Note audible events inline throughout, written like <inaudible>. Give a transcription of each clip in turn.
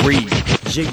Free G.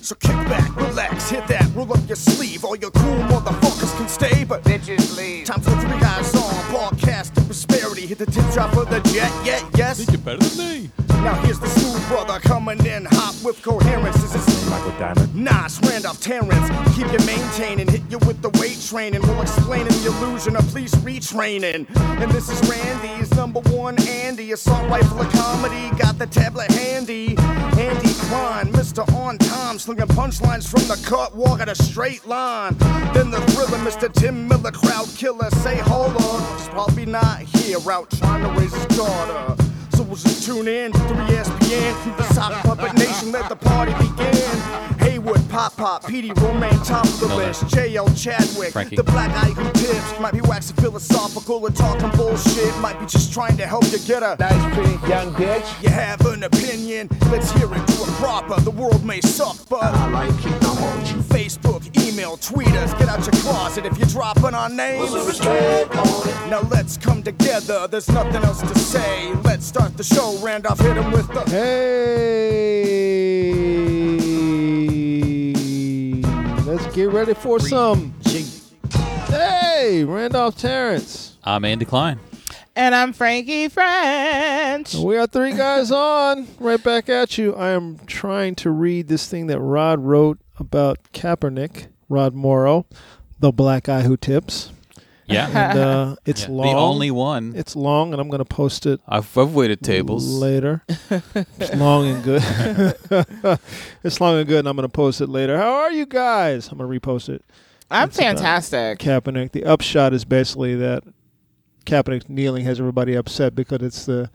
So kick back, relax, hit that, roll up your sleeve. All your cool motherfuckers can stay, but Bitches leave. time for three eyes on. Broadcast the prosperity, hit the tip drop of the jet, yeah, yes. Think you're better than me? Now here's the smooth brother coming in hot with coherence. This is Michael Diamond. Nas, Randolph, Terrence. Keep you maintaining, hit you with the weight training. We'll explain in the illusion of police retraining. And this is Randy's number one Andy. Assault rifle of comedy, got the tablet handy. Andy Klein, Mr. On Time, slinging punchlines from the cut, walk at a straight line. Then the thriller, Mr. Tim Miller, crowd killer. Say, hold on, he's probably not here, out trying to raise his daughter. So we'll just tune in to 3SPN through the sock puppet nation. Let the party begin. Haywood, Pop Pop, Petey, Romaine, top of the Miller. list. JL Chadwick, Frankie. the black eye who tips. Might be waxing philosophical and talking bullshit. Might be just trying to help you get a. Nice pink young bitch. You have an opinion, let's hear it to a proper. The world may suck, but I like it, I want you. Facebook, email, tweet us. Get out your closet if you're dropping our names. Put restraint on it. Now let's come together, there's nothing else to say. Let's start the show, Randolph, hit him with the. Hey, let's get ready for some. G. Hey, Randolph Terrence. I'm Um, Andy Klein. <laughs> And I'm Frankie French. We are three guys on. Right back at you. I am trying to read this thing that Rod wrote about Kaepernick, Rod Morrow, the black guy who tips. Yeah. And, uh, it's <laughs> Yeah. long. The only one. It's long, and I'm going to post it I've, I've waited tables. later. it's long and good. <laughs> it's long and good, and I'm going to post it later. How are you guys? I'm going to repost it. I'm That's about- fantastic. Kaepernick. The upshot is basically that Kaepernick kneeling has everybody upset because it's the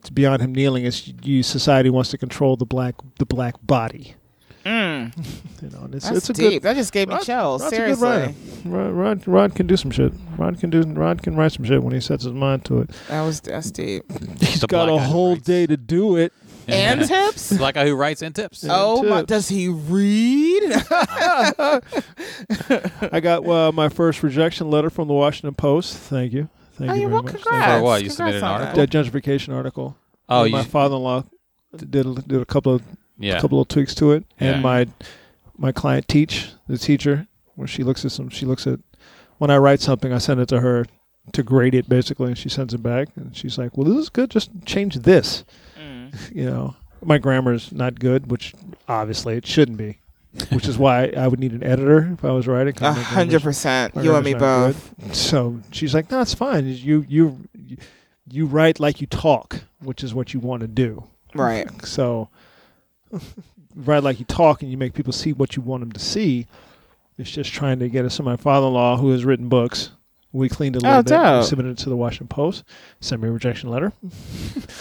it's beyond him kneeling. It's you. Society wants to control the black the black body. <laughs> you know, and it's, Mm. That's it's a deep. good. that just gave me Rod- chills. Rod's a good writer. Seriously, Rod, Rod, Rod can do some shit. Rod can do. Rod can write some shit when he sets his mind to it. that was that's deep. He's <laughs> The got black a guy who whole writes. day to do <laughs> it. <laughs> And tips? Black guy who writes and tips. Oh my! tips. Does he read? <laughs> I got uh, my first rejection letter from the Washington Post. Thank you. Thank Oh, you you're very well, much. Thank congrats. For what, you Congrats submitted an on article? that. That gentrification article. Oh, my you, father-in-law did a- did a couple of yeah. couple of tweaks to it, Yeah. and my my client teach the teacher when she looks at some she looks at when I write something I send it to her to grade it basically, and she sends it back, and she's like, "Well, this is good. Just change this." <laughs> You know, my grammar's not good, which obviously it shouldn't be, which is why I would need an editor if I was writing. 'cause A my hundred grammar's- percent. my You and me grammar's both. not good. So she's like, "No, it's fine. You you you write like you talk, which is what you want to do." Right. So, right, like you talk and you make people see what you want them to see. It's just trying to get it. So my father-in-law, who has written books, we cleaned it a Oh, little bit, dope. submitted it to the Washington Post, sent me a rejection letter.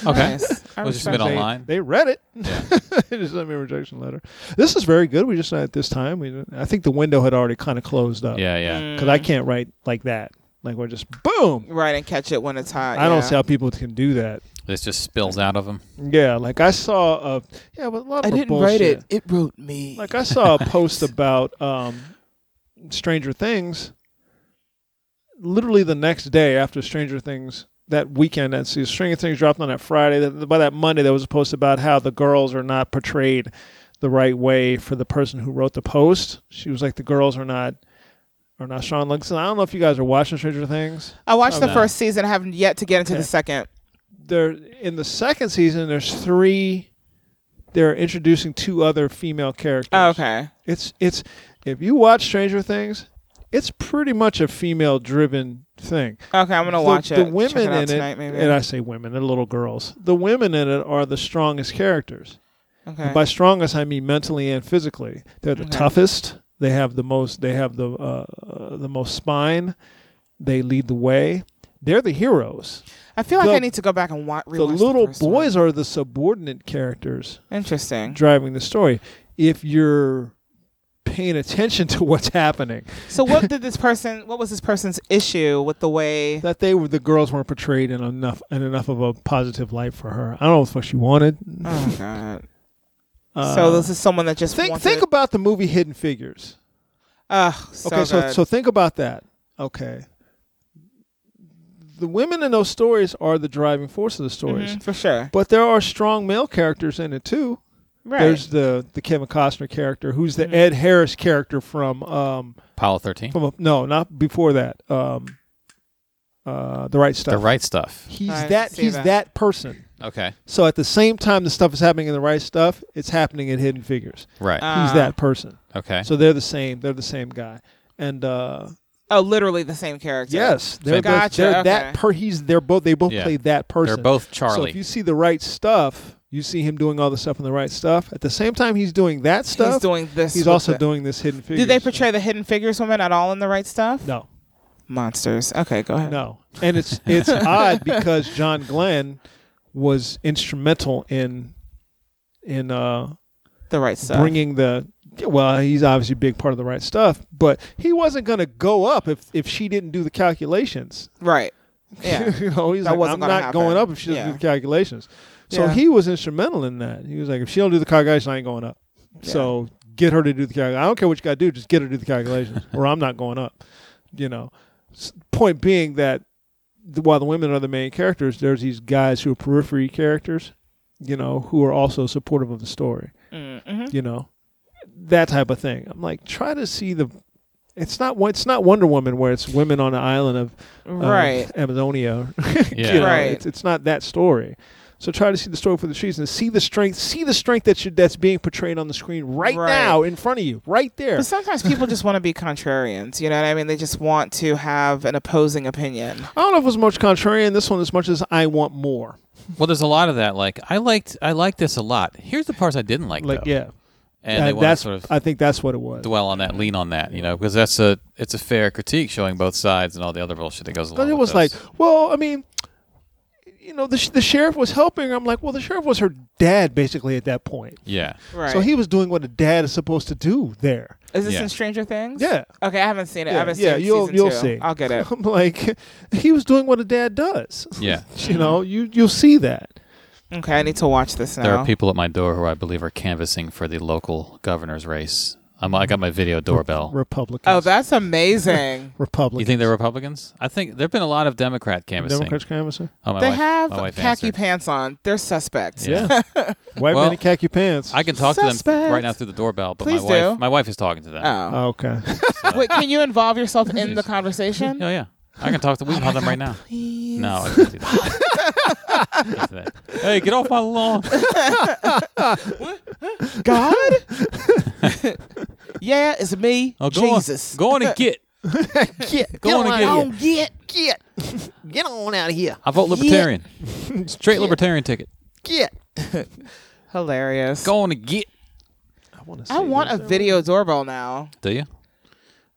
Okay. Nice. I Was it respect submitted it. online? They read it. Yeah. <laughs> they just sent me a rejection letter. This is very good. We just at this time. We, I think the window had already kind of closed up. Yeah, Mm. yeah. Because I can't write like that. Like we're just boom. Right and catch it when it's hot. I don't yeah. see how people can do that. This just spills out of him. Yeah, like I saw a yeah, but a lot of I them are didn't bullshit. write it. It wrote me. Like I saw a <laughs> post about um, Stranger Things. Literally the next day after Stranger Things, that weekend, that see, Stranger Things dropped on that Friday. That, by that Monday, there was a post about how the girls are not portrayed the right way for the person who wrote the post. She was like, "The girls are not are not strong." Like, so I don't know if you guys are watching Stranger Things. I watched the no. first season. I haven't yet to get into Okay. the second. They're in the second season. There's three. They're introducing two other female characters. Oh, okay. It's it's if you watch Stranger Things, it's pretty much a female driven thing. Okay, I'm gonna the, watch it. The Check women it out in tonight, it, maybe. and I say women, they're little girls. The women in it are the strongest characters. okay. By strongest, I mean mentally and physically. They're the Okay. toughest. They have the most. They have the uh, uh, the most spine. They lead the way. They're the heroes. I feel like the- I need to go back and watch. The little boys are the subordinate characters Interesting. driving the story. If you're paying attention <laughs> to what's happening, So what did this person? What was this person's issue with the way? that they were the girls weren't portrayed in enough in enough of a positive light for her. I don't know what the fuck she wanted. Oh God. Uh, so this is someone that just think wanted, think about the movie Hidden Figures. Ugh, so okay, so good. so think about that. Okay. the women in those stories are the driving force of the stories. Mhm, for sure. But there are strong male characters in it too. Right. Mm-hmm. There's the the Kevin Costner character, who's the Ed Harris character from um Apollo 13. from a, no, not before that. Um, uh, the right stuff. The right stuff. He's I that. see He's that. that. person. Okay. So at the same time, the stuff is happening in the right stuff. It's happening in Hidden Figures. Right. Uh, he's that person. okay. So they're the same. They're the same guy. And uh, oh, literally the same character. yes, they're both, Gotcha, they're okay. that per. He's they're both. They both Yeah. play that person. They're both So Charlie. if you see the right stuff, you see him doing all the stuff in the right stuff. At the same time, he's doing that stuff. He's doing this. he's with also the- doing this hidden figure. Did they portray the hidden figures women at all in the right stuff? No, Monsters. Okay, go ahead. no. And it's it's <laughs> odd because John Glenn was instrumental in in uh, The right stuff. bringing the. Well, he's obviously a big part of the right stuff, but he wasn't going to go up if if she didn't do the calculations. right. Yeah. <laughs> you know, he's That like, wasn't I'm gonna not happen. going up if she doesn't Yeah. do the calculations. So Yeah. he was instrumental in that. He was like, if she don't do the calculations, I ain't going up. So get her to do the calculations. I don't care what you got to do, just get her to do the <laughs> calculations, or I'm not going up. You know, S- point being that the, while the women are the main characters, there's these guys who are periphery characters, you know, who are also supportive of the story. Mm-hmm. You know, that type of thing. I'm like, try to see the. It's not. one- It's not Wonder Woman where it's women on an island of of Right. Amazonia. <laughs> Yeah. You know, Right. It's, it's not that story. So try to see the story for the trees and see the strength. See the strength that you, that's being portrayed on the screen right, Right. now in front of you, right there. But sometimes people just want to be contrarians. You know what I mean? They just want to have an opposing opinion. I don't know if it was much contrarian in this one as much as I want more. Well, there's a lot of that. Like I liked, I liked this a lot. Here's the parts I didn't like, Like though. yeah, and they Uh, want to that's sort of I think that's what it was. dwell on that, lean on that, you know, because that's a it's a fair critique showing both sides and all the other bullshit that goes along. But it with was like, this. well, I mean, you know, the sh- the sheriff was helping her. I'm like, well, the sheriff was her dad basically at that point. yeah, Right. So he was doing what a dad is supposed to do there. is this Yeah. in Stranger Things? Yeah. Okay, I haven't seen it. I haven't yeah, seen you'll season you'll two. see. I'll <laughs> get it. I'm like, he was doing what a dad does. <laughs> Yeah. you know, you you'll see that. Okay, I need to watch this now. there are people at my door who I believe are canvassing for the local governor's race. I'm, I got my video doorbell. Republicans. oh, that's amazing. you Republicans. think they're Republicans? I think there've been a lot of Democrat canvassing. Democrats canvassing? Oh, <laughs> my they wife- have my wife khaki answered. pants on. They're suspects. Yeah. White Well, man in khaki pants. I can talk to them Suspect. right now through the doorbell, but Please my wife, do. my wife is talking to them. Oh. Oh, <laughs> okay. <laughs> <laughs> Wait, can you involve yourself in the conversation? Oh yeah, I can talk to we can call them right now. Please. No, I can't do that. Can't do that. Hey, get off my lawn! God? yeah, it's me, Oh, go Jesus. On, go on and get. get, Go on and get it. get, get, get on out of here. I vote libertarian. Straight libertarian ticket. Get. Hilarious. Go on and get. I want to. I want a video doorbell now, Do you?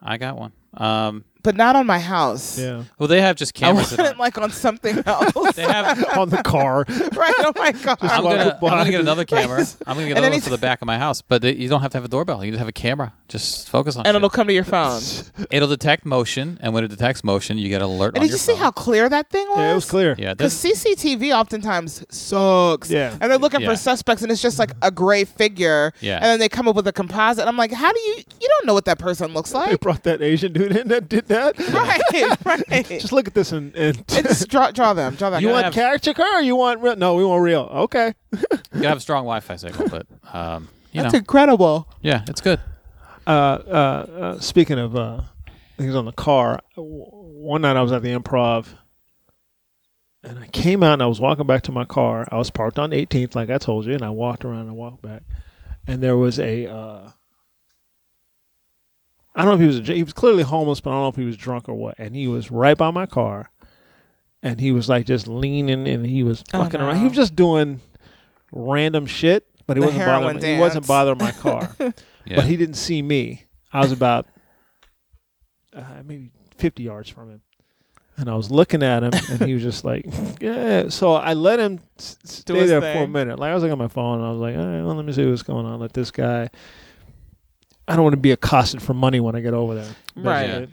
I got one. Um, but not on my house. Yeah. well, they have just I cameras. want that it aren't- like <laughs> on something else. they have. on the car. <laughs> right? Oh <laughs> my god. I'm gonna, I'm Why- gonna get another camera. I'm gonna get And another then one it's- for the back of my house. But they- you don't have to have a doorbell. You just have a camera. Just focus on. and it. it'll come to <laughs> your phone. It'll detect motion, and when it detects motion, you get an alert. And on did your you see phone. how clear that thing was? Yeah, it was clear. Yeah, Because this, CCTV oftentimes sucks. Yeah. And they're looking Yeah. for suspects, and it's just like a gray figure. Yeah. And then they come up with a composite. I'm like, how do you? You don't know what that person looks They <laughs> like. <laughs> brought that Asian dude in that did that. right. Right. Just look at this and, and It's draw, draw them. Draw that. You guy. want- want caricature or you want real? No, we want real. Okay. you gotta have strong Wi-Fi signal, but um, you know, That's incredible. yeah, it's good. uh, uh, speaking of uh, things on the car, w- one night I was at the improv and I came out and I was walking back to my car. I was parked on 18th, like I told you, and I walked around and walked back. And there was a, uh, I don't know if he was, a, dr- he was clearly homeless, but I don't know if he was drunk or what. And he was right by my car and he was like just leaning and he was Oh, fucking around. no. He was just doing random shit, but he The wasn't heroin bothering, he wasn't dance. bothering my <laughs> car Yeah. but he didn't see me. I was about uh, maybe 50 yards from him. And I was looking at him, and he was just like, <laughs> "Yeah." So I let him s- Do stay his there for a thing. minute. Like I was looking at my phone, and I was like, "All right, well, let me see what's going on." Let this guy. I don't want to be accosted for money when I get over there. That's Right. it.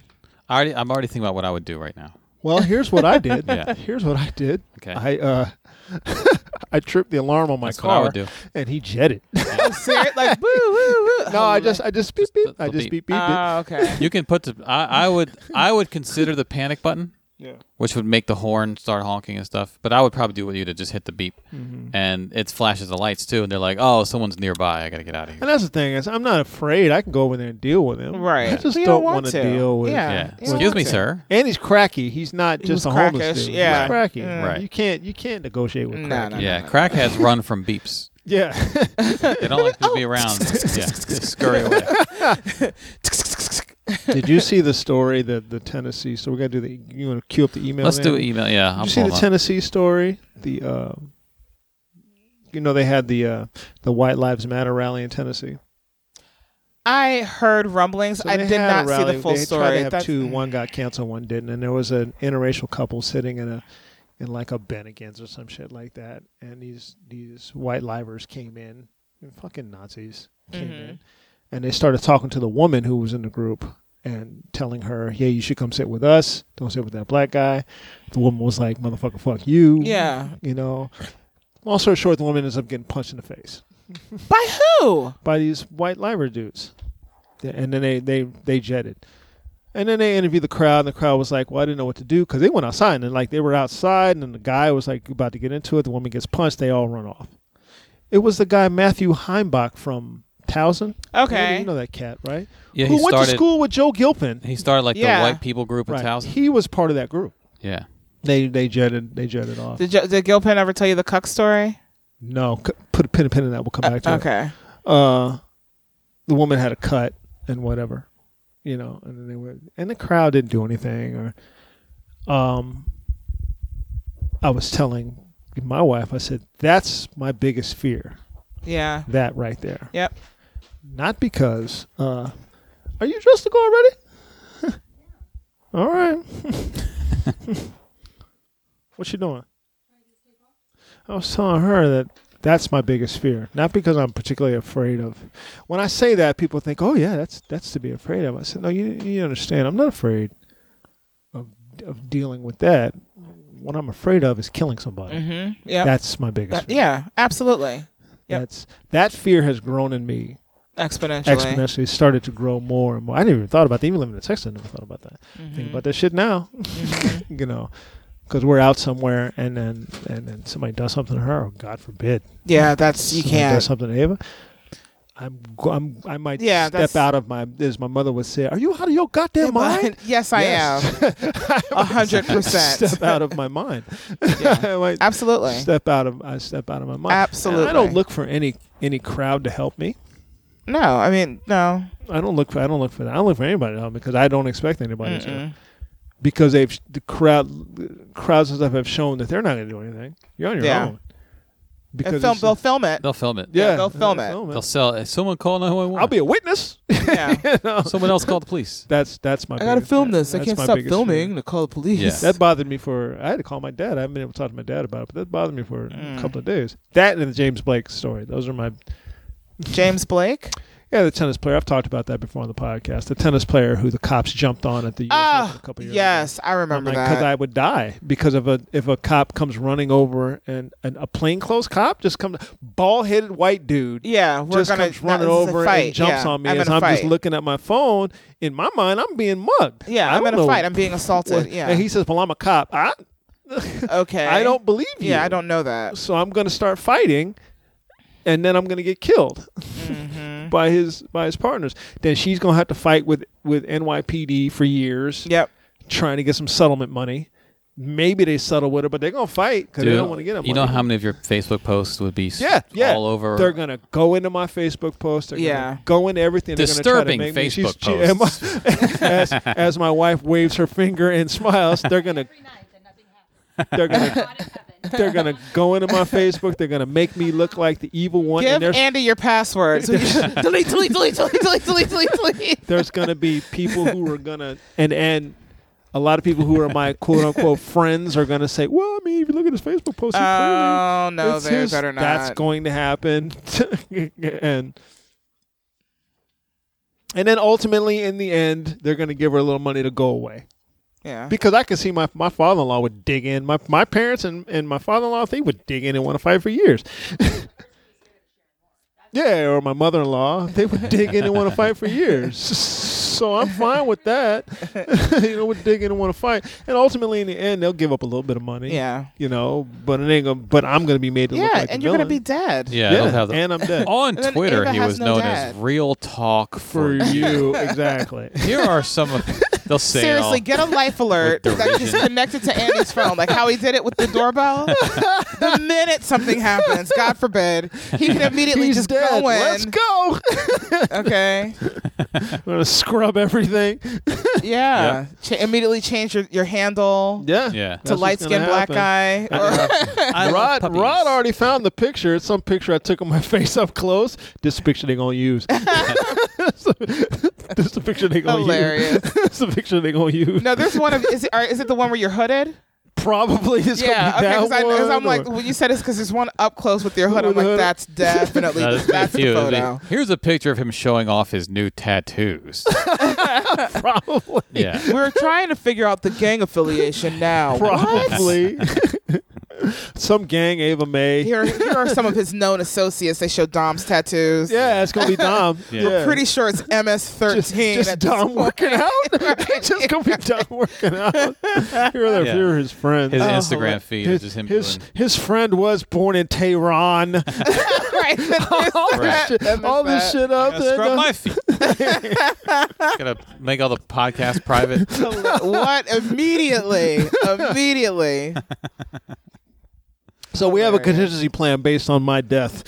I already, I'm already thinking about what I would do right now. Well, here's what I did. <laughs> Yeah. Here's what I did. Okay. I uh, <laughs> I tripped the alarm on my That's car, what I would do. and he jetted. <laughs> Ser- like woo woo woo. no, I just I just beep Just beep. the- I the just beep beep. Uh, beeped it. Oh, okay. You can put the. I, I would. I would consider the panic button. Yeah. which would make the horn start honking and stuff. But I would probably do what you did, just hit the beep, Mm-hmm. Mm-hmm. and it flashes the lights too, and they're like, "Oh, someone's nearby. I gotta get out of here." And that's the thing is, I'm not afraid. I can go over there and deal with him. Right. I just We don't don't want wanna to. deal with. Yeah. yeah. Yeah, Excuse me, okay. sir. And he's cracky. He's not just was a homeless crackish, dude. yeah. He's cracky. Right. You can't. You can't negotiate with. No, cracky. no, no. Yeah, crackheads run from beeps. <laughs> Yeah. They don't like Oh. to be <laughs> around. Yeah, they scurry away. Did you see the story that the Tennessee? So we got to do the. You want to queue up the email? Let's do it. an email. Yeah, Did I'm you see the pulling up. Tennessee story? The uh, you know they had the uh, the White Lives Matter rally in Tennessee. I heard rumblings. So I they did had a not see rally. the full they story. Tried to have That's- two. One got canceled. One didn't. And there was an interracial couple sitting in a in like a Bennigan's or some shit like that. And these these white livers came in. And fucking Nazis came Mhm. in, and they started talking to the woman who was in the group and telling her, "Yeah, you should come sit with us. Don't sit with that black guy." The woman was like, "Motherfucker, fuck you." Yeah. you know. Long story short, the woman ends up getting punched in the face By who? by these white liver dudes, Th- and then they they they jetted, and then they interviewed the crowd, and the crowd was like, "Well, I didn't know what to do because they went outside, and then, like they were outside, and then the guy was like about to get into it. The woman gets punched. They all run off. It was the guy Matthew Heimbach from Towson. Okay. you know that cat, right? Yeah, who he went to started. school with Joe Gilpin. He started like Yeah. the white people group in Right, Towson. he was part of that group. Yeah, They they jetted they jetted off. Did, Jo- did Gilpin ever tell you the cuck story? no, c- put a pin a pin in that. We'll come Uh, back to it. okay. uh, the woman had a cut and whatever, you know, and then they were, and the crowd didn't do anything. Or, um, I was telling my wife, I said, that's my biggest fear, Yeah. that right there. Yep. Not because, uh, are you dressed to go already? <laughs> All right. <laughs> what you doing? I was telling her that that's my biggest fear. Not because I'm particularly afraid of. When I say that, people think, "Oh yeah, that's that's to be afraid of." I said, "No, you you understand. I'm not afraid of of dealing with that. What I'm afraid of is killing somebody. Mm-hmm. Yep. That's my biggest. That- fear. yeah. Absolutely. yep. That's that fear has grown in me Exponentially. exponentially. It Started to grow more and more. I didn't even thought about that. Even living in Texas, I never thought about that. Mm-hmm. Think about that shit now. <laughs> Mhm. you know, because we're out somewhere and then and then somebody does something to her, or God forbid, Yeah. That's you somebody can't. does something to Ava. I'm, go- I'm I might Yeah, step that's- out of my as my mother would say. Are you out of your goddamn mind? Yes, I Yes. <laughs> am. A <laughs> hundred percent. step out of my mind. Yeah. <laughs> I might Absolutely. step out of I step out of my mind. Absolutely. I don't look for any any crowd to help me. No, I mean no. I don't look for I don't look for that. I don't look for anybody to help me because I don't expect anybody to. Mm-mm. because they've the crowd crowds and stuff have shown that they're not going to do anything. You're on your Yeah. own. And film, it's- they'll film it. they'll film it. yeah, they'll film it. They'll sell. It. Someone call 911. I'll be a witness. <laughs> Yeah. You know? Someone else call the police. That's that's my. <laughs> I gotta biggest- film this. I that's can't my stop biggest filming fear. to call the police. Yeah. That bothered me for. I had to call my dad. I haven't been able to talk to my dad about it, but that bothered me for Mm. a couple of days. That and the James Blake story. Those are my. <laughs> James Blake. Yeah, the tennis player. I've talked about that before on the podcast. The tennis player who the cops jumped on at the. US Open Oh, a couple years ago. yes, I remember Because that. I would die because of a if a cop comes running over and, and a plainclothes cop just comes bald headed white dude yeah, we're just gonna comes running no, this is a over fight. and jumps yeah, on me I'm as in a I'm fight. just looking at my phone. In my mind, I'm being mugged. Yeah, I I'm in don't a know fight. I'm being <laughs> assaulted. what- Yeah. And he says, "Well, I'm a cop. I okay. I don't believe you. Yeah, I don't know that. So I'm going to start fighting, and then I'm going to get killed <laughs> Mm-hmm. by his by his partners. Then she's going to have to fight with with NYPD for years Yep. trying to get some settlement money. Maybe they settle with her, but they're gonna fight because they Dude, don't want to get them. You know how many of your Facebook posts would be s- Yeah, yeah. all over? They're gonna go into my Facebook post. They're Yeah. gonna go into everything. They're disturbing gonna try to make me- Facebook she's- she- am I- <laughs> posts. as, as my wife waves her finger and smiles, they're gonna every night and nothing happens. they're gonna Not in heaven. <laughs> they're <laughs> gonna go into my Facebook. They're gonna make me look like the evil one. Give and there's Andy your password. So you <laughs> should- <laughs> delete, delete, delete, delete, delete, delete, delete, delete. there's gonna be people who are gonna and and. A lot of people who are my quote unquote friends are gonna say, "Well, I mean, if you look at his Facebook post, he clearly Oh no, It's they his- better not. That's going to happen, <laughs> and and then ultimately, in the end, they're going to give her a little money to go away yeah. because I can see my my father in law would dig in. My my parents and, and my father in law they would dig in and want to fight for years. <laughs> <laughs> yeah, or my mother in law they would dig in and want to fight for years. so I'm fine with that. <laughs> you know, with digging and want to fight, and ultimately in the end they'll give up a little bit of money. Yeah. you know, but it ain't gonna. But I'm gonna be made to Yeah, look like the and you're gonna be villain. <laughs> dead. Yeah, yeah, they'll have the- and I'm dead <laughs> on And then Twitter, Ava he has was no known as dad. Real Talk for <laughs> for you exactly. Here are <laughs> some of they'll say it all. Seriously, get a life <laughs> alert With that is derision. connected to Andy's phone, like how he did it with <laughs> the doorbell. the minute something happens, God forbid, he can <laughs> immediately He's just dead. go in. Let's go. <laughs> Okay, I'm <laughs> gonna scrub everything. yeah, Cha- immediately change your, your handle <laughs> Yeah, Yeah. That's to what's light skin gonna black happen. guy. Or, <laughs> I love Rod, puppies. Rod already found the picture. It's some picture I took of my <laughs> face up close. This picture they gonna <laughs> use. <laughs> this is the picture they gonna Hilarious. use. <laughs> this is the picture they gonna use. no, there's one of is it, or is it the one where you're hooded? Probably it's yeah, gonna be okay. that Because one, I'm like, or- when you said this, because there's one up close with your hood. I'm With the like, hood. <laughs> that's definitely No, this is that's cute. the photo. Here's a picture of him showing off his <laughs> new tattoos. probably, yeah. We're trying to figure out the gang affiliation <laughs> now. <laughs> probably. <laughs> some gang Ava May. Here, here are some of his known associates. They show Dom's tattoos. Yeah, it's gonna be Dom. <laughs> Yeah. yeah. <laughs> We're Pretty sure it's MS-13. just, just at this Dom point. working out. just gonna be Dom working out. <laughs> Here are, their, Yeah. here are his friends. His Oh, Instagram hilarious. feed his, is just him his, doing his friend was born in <laughs> Tehran. <laughs> right. Oh, Right. That- <laughs> all this that- shit up. Gotta scrub my feet. uh, <laughs> Gotta make all the podcasts private. What? Immediately. Immediately. so we have a Hilarious. contingency plan based on my death.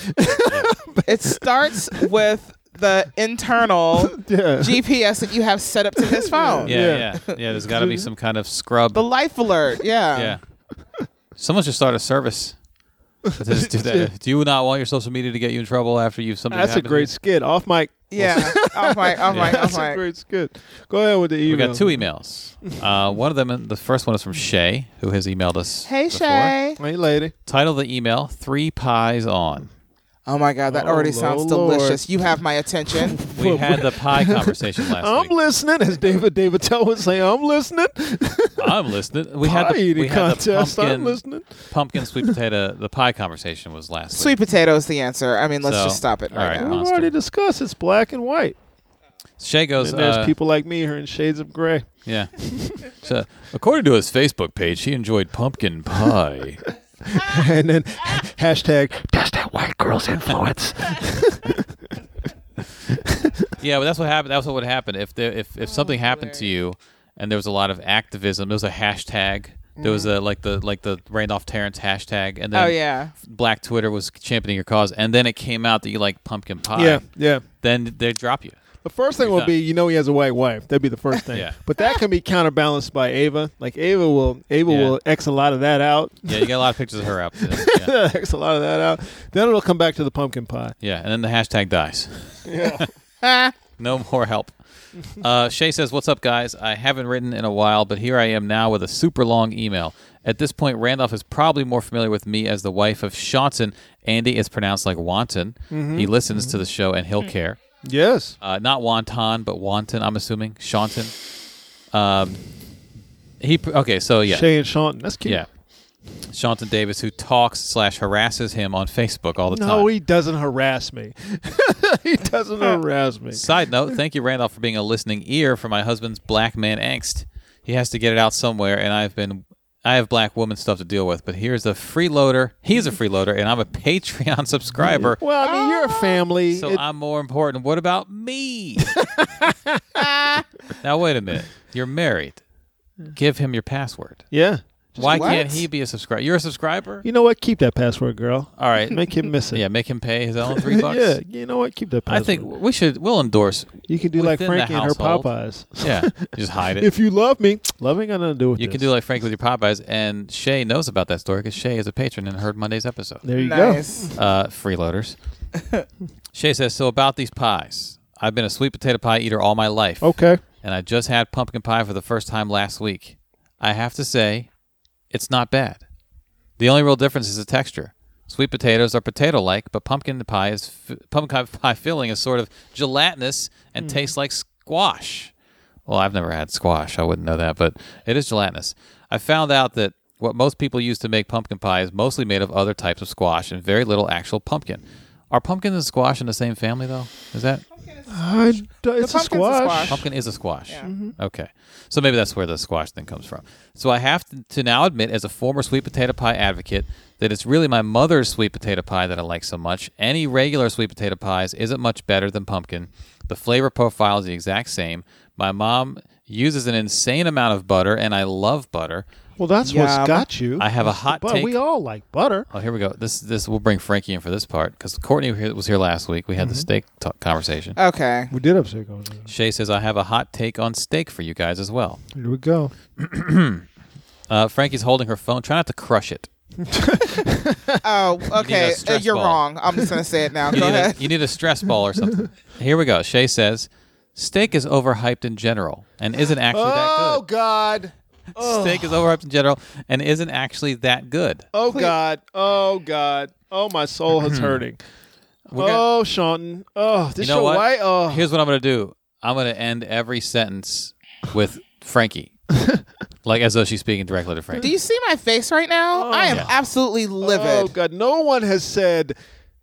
<laughs> It starts with the <laughs> internal yeah. GPS that you have set up to his phone. Yeah, Yeah. yeah, yeah. there's got <laughs> to be some kind of scrub. The life alert. Yeah. yeah. Um, Someone should start a service. to <laughs> just do, that. do you not want your social media to get you in trouble after you've something? That's a happens? great skit. Off <laughs> mic. Yeah. oh my. Oh my. That's Oh my. a great skit. Go ahead with the We email. got two e- emails. Uh, one of them, the first one is from Shay, who has emailed us. Hey before. Shay. Hey, lady. Title of the email: Three Pies On. Oh my God, that Oh, already Lord, sounds Lord. delicious. You have my attention. We had the pie conversation <laughs> last I'm week. listening, as David David Tell would say. I'm listening. I'm listening. We had Pie the, we eating had the contest. I'm pumpkin, listening. pumpkin sweet potato. The pie conversation was last week. <laughs> Sweet potato is the answer. I mean, let's So, just stop it all right, right. now. We've Monster. already discussed. It's black and white. Shay goes. And there's uh, people like me who are in shades of gray. Yeah. so, according to his Facebook page, he enjoyed <laughs> pumpkin pie. <laughs> and <laughs> then hashtag that's that white girl's influence. yeah, but that's what happened. That's what would happen if there, if Oh, if something happened to you, and there was a lot of activism. There was a hashtag. There was a like the like the Randolph Terrence hashtag, and then Mm-hmm. Oh yeah. Black Twitter was championing your cause, and then it came out that you like pumpkin pie. yeah, yeah. Then they drop you. The first thing would be you know he has a white wife. That'd be the first thing. Yeah. But that can be counterbalanced by Ava. Like Ava will Ava Yeah. will X a lot of that out. <laughs> Yeah, you got a lot of pictures of her out. there. <laughs> Yeah. X a lot of that out. Then it'll come back to the pumpkin pie. yeah, and then the hashtag dies. Ah. <laughs> No more help. Uh, Shay says, What's up, guys? I haven't written in a while, but here I am now with a super long email. At this point, Randolph is probably more familiar with me as the wife of Shonson. Andy is pronounced like Wanton. Mm-hmm. He listens to the show and Hmm. he'll care. Yes. Uh, not Wanton, but Wanton, I'm assuming. Shonton. Um, he, pr- okay, so yeah. Shay and Shaunton. That's cute. Yeah. Shonton Davis, who talks slash harasses him on Facebook all the time. No, he doesn't harass me. <laughs> he <laughs> doesn't harass me. Side note, thank you, Randolph, for being a listening ear for my husband's black man angst. He has to get it out somewhere, and I've been I have black woman stuff to deal with, but here's a freeloader. He's a freeloader, and I'm a <laughs> Patreon subscriber. <laughs> Well, I mean, you're a family. So It- I'm more important. What <laughs> about me? now wait a minute. You're married. Give him your password. yeah. Why what? can't he be a subscriber? You're a subscriber? You know what? Keep that password, <laughs> girl. All right. Make him miss it. yeah, make him pay his <laughs> own three bucks. yeah. You know what? Keep that I password. think we should we'll endorse you can do like within the Frankie and her household. Popeyes. <laughs> Yeah. Just hide it. if you love me, love ain't got nothing to do with You this. can do like Frank with your Popeyes, and Shay knows about that story because Shay is a patron and heard Monday's episode. There you Nice. Uh, freeloaders. Shay says, "So about these pies, I've been a sweet potato pie eater all my life, go. Okay. and I just had pumpkin pie for the first time last week. I have to say, it's not bad. The only real difference is the texture. Sweet potatoes are potato-like, but pumpkin pie is f- pumpkin pie <laughs> filling is sort of gelatinous and tastes like squash." Well, I've never had squash. I wouldn't know that, but it is gelatinous. I found out that what most people use to make pumpkin pie is mostly made of other types of squash and very little actual pumpkin. Are pumpkin and squash in the same family though? Is that I d- it's a pumpkin's a Uh, squash. squash. pumpkin is a squash? Yeah. Okay, so maybe that's where the squash thing comes from. So I have to, to now admit, as a former sweet potato pie advocate, that it's really my mother's sweet potato pie that I like so much. Any regular sweet potato pies isn't much better than pumpkin. The flavor profile is the exact same. My mom uses an insane amount of butter, and I love butter. Well, that's Yeah, what's got you. I have a It's the hot butter. take. We all like butter. Oh, here we go. This this we'll bring Frankie in for this part because Courtney was here- was here last week. We had the steak t- conversation. <laughs> Okay. We did have sickos. Shay says I have a hot take on steak for you guys as well. Here we go. Uh, Frankie's holding her phone. Try not to crush it. Oh, okay. stress you're ball. wrong. I'm just gonna say it <laughs> now. You, Go need, ahead. A, you need a stress ball or something. here we go. Shay says steak is overhyped in general and isn't actually Oh, that God. good. Steak is overhyped in general and isn't actually that good. Oh God. Oh God. Oh my soul is hurting. Hmm. We're gonna- oh Sean. Oh this you know your what? white. Oh Here's what I'm gonna do. I'm gonna end every sentence with <laughs> Frankie, like as though she's speaking directly to Frankie. Do you see my face right now? I am Yeah. absolutely oh livid. God. No one has said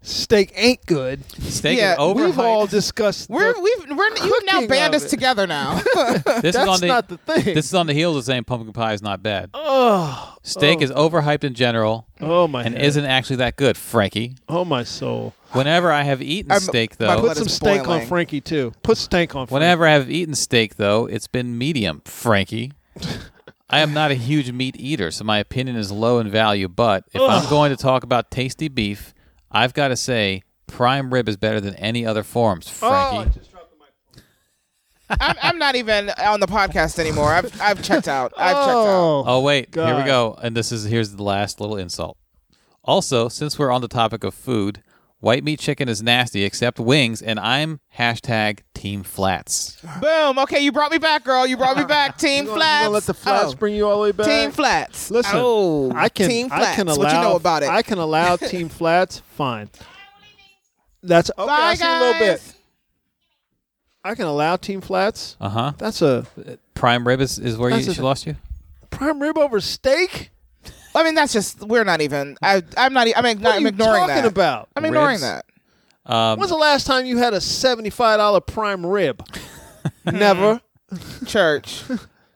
steak ain't good. Steak Yeah, is overhyped. We've all discussed. We're the- we've we're, you've now cooking band of us it. <laughs> together now. <laughs> This that's is on the, not the thing. This is on the heels of saying pumpkin pie is not bad. oh. Steak oh. is overhyped in general Oh my. and head. isn't actually that good, Frankie. Oh my soul. Whenever I have eaten I'm- steak my though, Put blood is some steak on boiling. Frankie too. Put steak on. Frankie. whenever I have eaten steak though, it's been medium, Frankie. I am not a huge meat eater, so my opinion is low in value, but if I'm going to talk about tasty beef, I've got to say prime rib is better than any other forms, Oh. Frankie. I'm, I'm not even on the podcast anymore. I've I've checked out. I've Oh. Oh wait, here we God. go. And this is here's the last little insult. Also, since we're on the topic of food, white meat chicken is nasty except wings, and I'm hashtag team flats. checked out. Boom. Okay, you brought me back, girl. <laughs> You brought me back. You Team gonna- you flats. gonna let the flats Oh. bring you all the way back. Team flats. Listen, oh, I can. Team flats. I can allow. what you know about it? I can <laughs> allow team flats. Fine. That's okay. I see a little bit. guys. I can allow team flats. Uh huh. That's a Prime rib is, is where you, That's the she thing. lost you. prime rib over steak. I mean, that's just we're not even. I I'm not. e- I'm, igno- What are I'm you ignoring talking that. about? I'm Ribs? ignoring that. Um, When's the last time you had a seventy-five dollar prime <laughs> rib? <laughs> Never. <laughs> Church.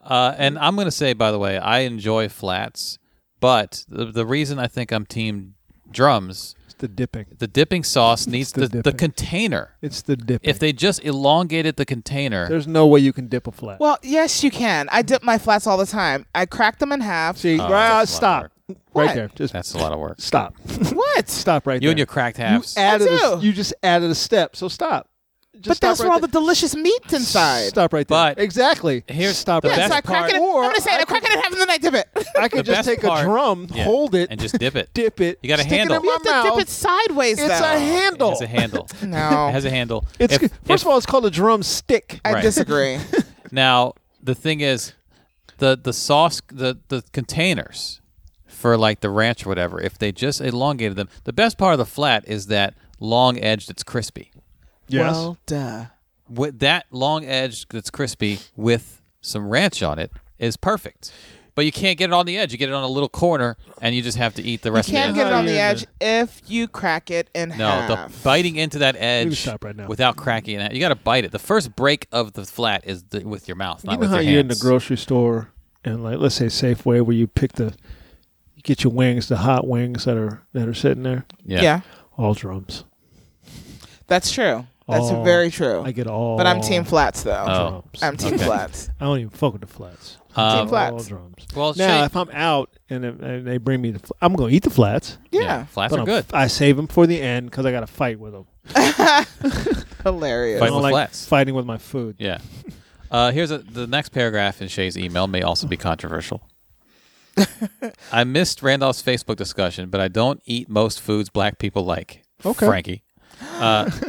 uh, Mm. and I'm gonna say, by the way, I enjoy flats, but the, the reason I think I'm team drums, It's the dipping. the dipping sauce needs the the, the, dipping. container. It's the dipping. If they just elongated the container, There's no way you can dip a flat. Well, yes, you can. I dip my flats all the time. I crack them in half. See, right, Oh, that's a lot stop. of What? Right there. Just that's a lot of <laughs> work. stop. what? stop right You there. and your cracked halves. added I a, do. you just added a step. So stop. Just But stop that's right where all there. the delicious meat's inside. Stop right there. But exactly. here's stop the right Yeah, best so I there. crack it. In, Or I'm gonna say it. I I crack it in half and then <laughs> I dip it. I could The just best take part- a drum, Yeah. hold it, and just dip it. <laughs> dip it. You got a stick handle. It in You my <laughs> You have to mouth. dip it sideways. It's though. a handle. It has a handle. <laughs> No. It <laughs> has a handle. It's If- first if- of all, it's called a drum stick. I Right. disagree. now the thing is, the the sauce, the the containers for like the ranch or whatever. If they just elongated them, the best part of the flat is that long edge that's crispy. <laughs> Yes. Well, duh. With that long edge that's crispy with some ranch on it is perfect. But you can't get it on the edge. You get it on a little corner, and you just have to eat the rest You can't of it. get it on the Yeah. edge if you crack it in No, half. the biting into that edge stop right now. without cracking it. You got to bite it. The first break of the flat is the, with your mouth, not you know with how your you're in the hands. grocery store and like let's say Safeway where you pick the you get your wings, the hot wings that are that are sitting there, yeah. all drums. that's true. That's All- very true. Oh, I get all. but I'm team flats though. Oh. drums. I'm team Okay. <laughs> flats. I don't even fuck with the flats. Um, Team flats. All drums. Well, Now, Shay- if I'm out and, it- and they bring me the, fl- I'm gonna eat the flats. Yeah. flats but are I'm- good. I save them for the end because I got to fight with them. Hilarious. I Fight don't with like flats. fighting with my food. Yeah. Uh, here's a, the next paragraph in Shay's email may also be controversial. <laughs> I missed Randolph's Facebook discussion, but I don't eat most foods black people like. Okay. Frankie. Uh, <laughs>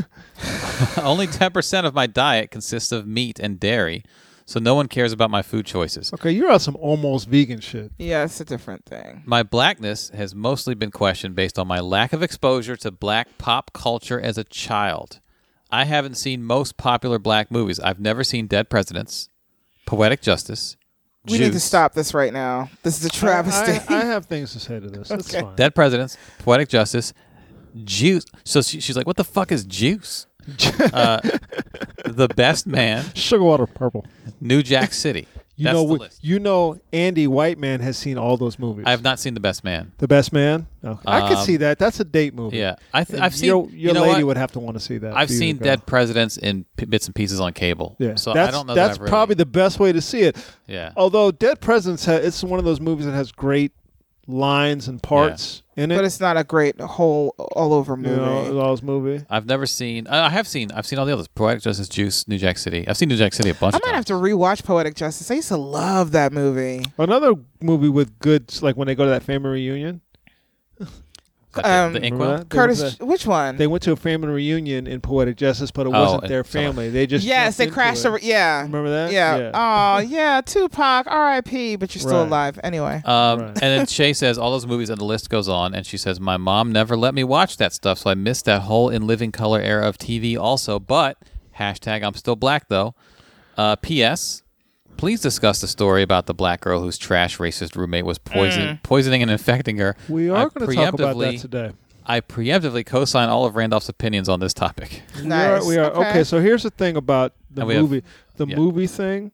only 10% of my diet consists of meat and dairy, so no one cares about my food choices. Okay, you're on some almost vegan shit. yeah, it's a different thing. My blackness has mostly been questioned based on my lack of exposure to black pop culture as a child. I haven't seen most popular black movies. I've never seen Dead Presidents, Poetic Justice. We need to Juice. stop this right now. This is a I, travesty. I- I have things to say to this. That's fine. Dead Presidents, Poetic Justice, juice. So she, she's like, "What the fuck <laughs> is juice?" uh, the best man, Sugar water purple. New Jack City. You That's know, the wh- list. you know, Andy Whiteman has seen all those movies. I have not seen The Best Man. the Best Man. Okay. I could Um, see that. That's a date movie. Yeah, I th- And I've seen. your, you your know lady what? would have to want to see that. I've for you to seen go. Dead Presidents in p- bits and pieces on cable. Yeah, so that's, I don't know. That's that I've probably really, the best way to see it. yeah. Although Dead Presidents, ha- it's one of those movies that has great lines and parts in it. <laughs> But it's not a great whole all over you movie. know, Law's movie. I've never seen. I I have seen. I've seen all the others. Poetic Justice, Juice, New Jack City. I've seen New Jack City a bunch. I of might times. have to rewatch Poetic Justice. I used to love that movie. Another movie with good, like when they go to that family reunion. Like the- um, the Remember inkwell. that? They went Curtis, to- which one? They went to a family reunion in Poetic Justice, but it Oh, wasn't and their someone- family. They just yes, jumped they into crashed. it. over yeah, Remember that? Yeah. Oh, yeah. Tupac, R.I.P. But you're still Right. alive anyway. Um, Right. And then Shay says all those movies, and the list goes on. And she says, "My mom never let me watch that stuff, so I missed that whole in living color era of TV. Also, but hashtag I'm still black though. Uh, P.S. Please discuss the story about the black girl whose trash racist roommate was Mm. poison- poisoning and infecting her. We I are going to talk about that preemptively- today. I preemptively co-sign all of Randolph's opinions on this topic. nice. We are, we are okay. Okay. So here's the thing about the And we have- movie. the yeah. movie thing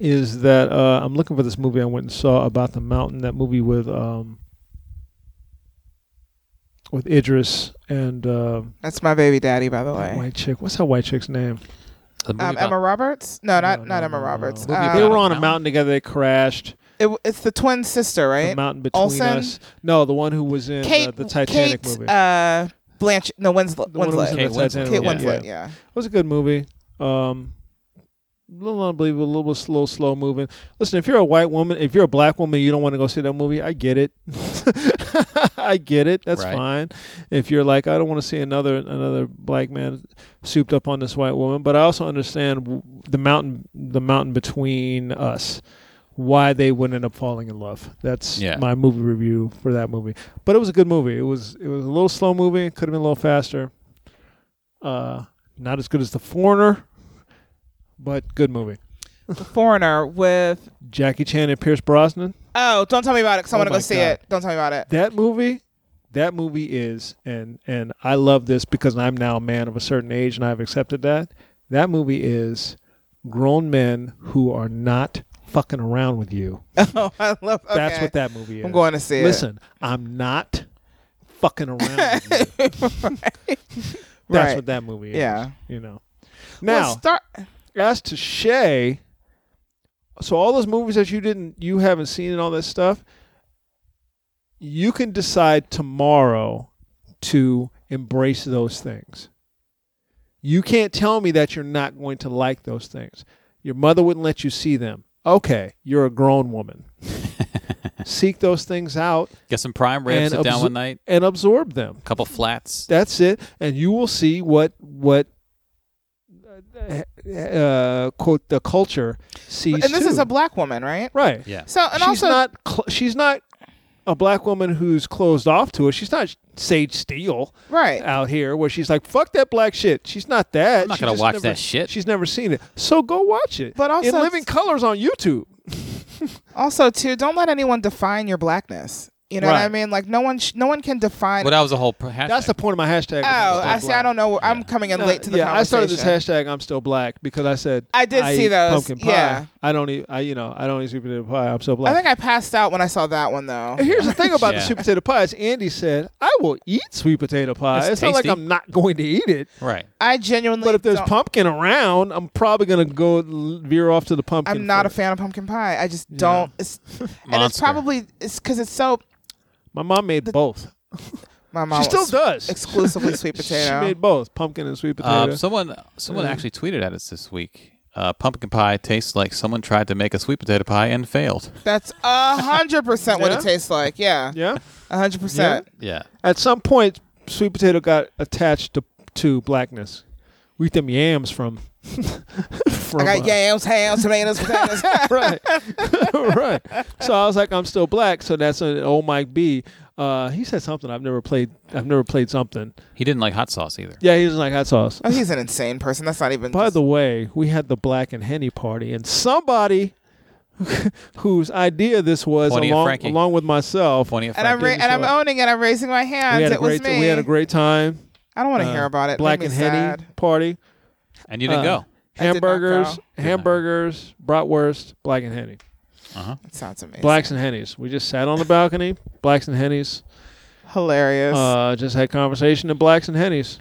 is that uh, I'm looking for this movie I went and saw about the mountain. That movie with um, with Idris and uh, That's my baby daddy, by the that way. white chick. What's that white chick's name? The movie Um, about- Emma Roberts? No, not No, no, not Emma no, Roberts. no. Movie they about Uh, were a on a mountain? mountain together. They crashed. it- it's the twin sister, The right? mountain between Olsen? us. No, the one who was in uh, Kate, the Titanic Kate, movie. Uh, Blanche, no, Winslet. The one who was Winslet. in Kate the Winslet. Titanic Kate movie. Winslet, Yeah. yeah. It was a good movie. Um, a little unbelievable, a little bit slow, slow moving. Listen, if you're a white woman, if you're a black woman, you don't want to go see that movie. I get it. <laughs> I get it. That's Right. fine. If you're like, I don't want to see another another black man souped up on this white woman, but I also understand w- the mountain the mountain between us. Why they wouldn't end up falling in love. That's Yeah. my movie review for that movie. But it was a good movie. It was it was a little slow movie. Could have been a little faster. Uh, not as good as The Foreigner, but good movie. The Foreigner with Jackie Chan and Pierce Brosnan. oh, don't tell me about it because I Oh want to my go see God. it. Don't tell me about it. That movie, that movie is, and and I love this because I'm now a man of a certain age and I've accepted that. That movie is grown men who are not fucking around with you. <laughs> Oh, I love. Okay. That's what that movie is. I'm going to see it. Listen, I'm not fucking around with you. That's <laughs> Right. what that movie is. Yeah. You know. Well, Now, start. as to Shay, so all those movies that you didn't, you haven't seen, and all that stuff, you can decide tomorrow to embrace those things. You can't tell me that you're not going to like those things. Your mother wouldn't let you see them. Okay, you're a grown woman. Seek those things out Get some prime and ribs, sit down absor- one night, and absorb them. couple flats. That's it, and you will see what what uh, quote the culture sees. And this too. is a black woman, right? right. Yeah. So and she's also not cl- she's not a black woman who's closed off to it. She's not Sage Steele right. out here where she's like fuck that black shit. She's not that. I'm not She gonna just watch never- that shit. She's never seen it. So go watch it. But also- in living colors on YouTube. Also, too, don't let anyone define your blackness. You know what I Right. mean? Like no one, sh- no one can define. But that was a whole. pr- Hashtag. That's the point of my hashtag. oh, I see. said I don't know. I'm coming in late to the yeah, I conversation. started this hashtag. I'm still black because I said I did see eat those, Pumpkin pie. yeah. I don't eat. I you know I don't eat sweet potato pie. I'm so I black. think I passed out when I saw that one though. And Here's the thing about the <laughs> Yeah. sweet potato pie. As Andy said, I will eat sweet potato pie. It's It's, not like tasty. I'm not going to eat it. right. I genuinely. But if there's don't- pumpkin around, I'm probably gonna go l- veer off to the pumpkin. I'm not a first. fan of pumpkin pie. I just don't. It's, and it's Monster. probably it's because it's so. My mom made both. My mom She still was does. exclusively sweet potato. She made both pumpkin and sweet potato. Um, someone someone Uh, actually tweeted at us this week. Uh, pumpkin pie tastes like someone tried to make a sweet potato pie and failed. That's a hundred percent what Yeah? it tastes like. Yeah, yeah. a hundred percent. Yeah. At some point, sweet potato got attached to to blackness. We eat them yams from. <laughs> from I got uh, yams, ham, tomatoes, potatoes. <laughs> right, <laughs> right. So I was like, I'm still black. So that's an old Mike B. Uh, he said something. I've never played. I've never played something. He didn't like hot sauce either. Yeah, he was like hot sauce. oh, he's an insane person. That's not even. By the way, we had the black and henny party, and somebody <laughs> whose idea this was, Pointing at along, Frankie. along with myself. Funny if And I'm Frankie- ra- and I'm owning it. I'm raising my hands. We had a it was great me. we had a great time. I don't want to uh, hear about it. Black Made and me Henny sad. party. and you didn't uh, go. I did not go. Hamburgers, hamburgers, bratwurst, black and henny. That sounds amazing. Blacks and hennies. We just sat on the balcony, blacks and hennies. Hilarious. Uh-huh. Uh, just had conversation to blacks and hennies.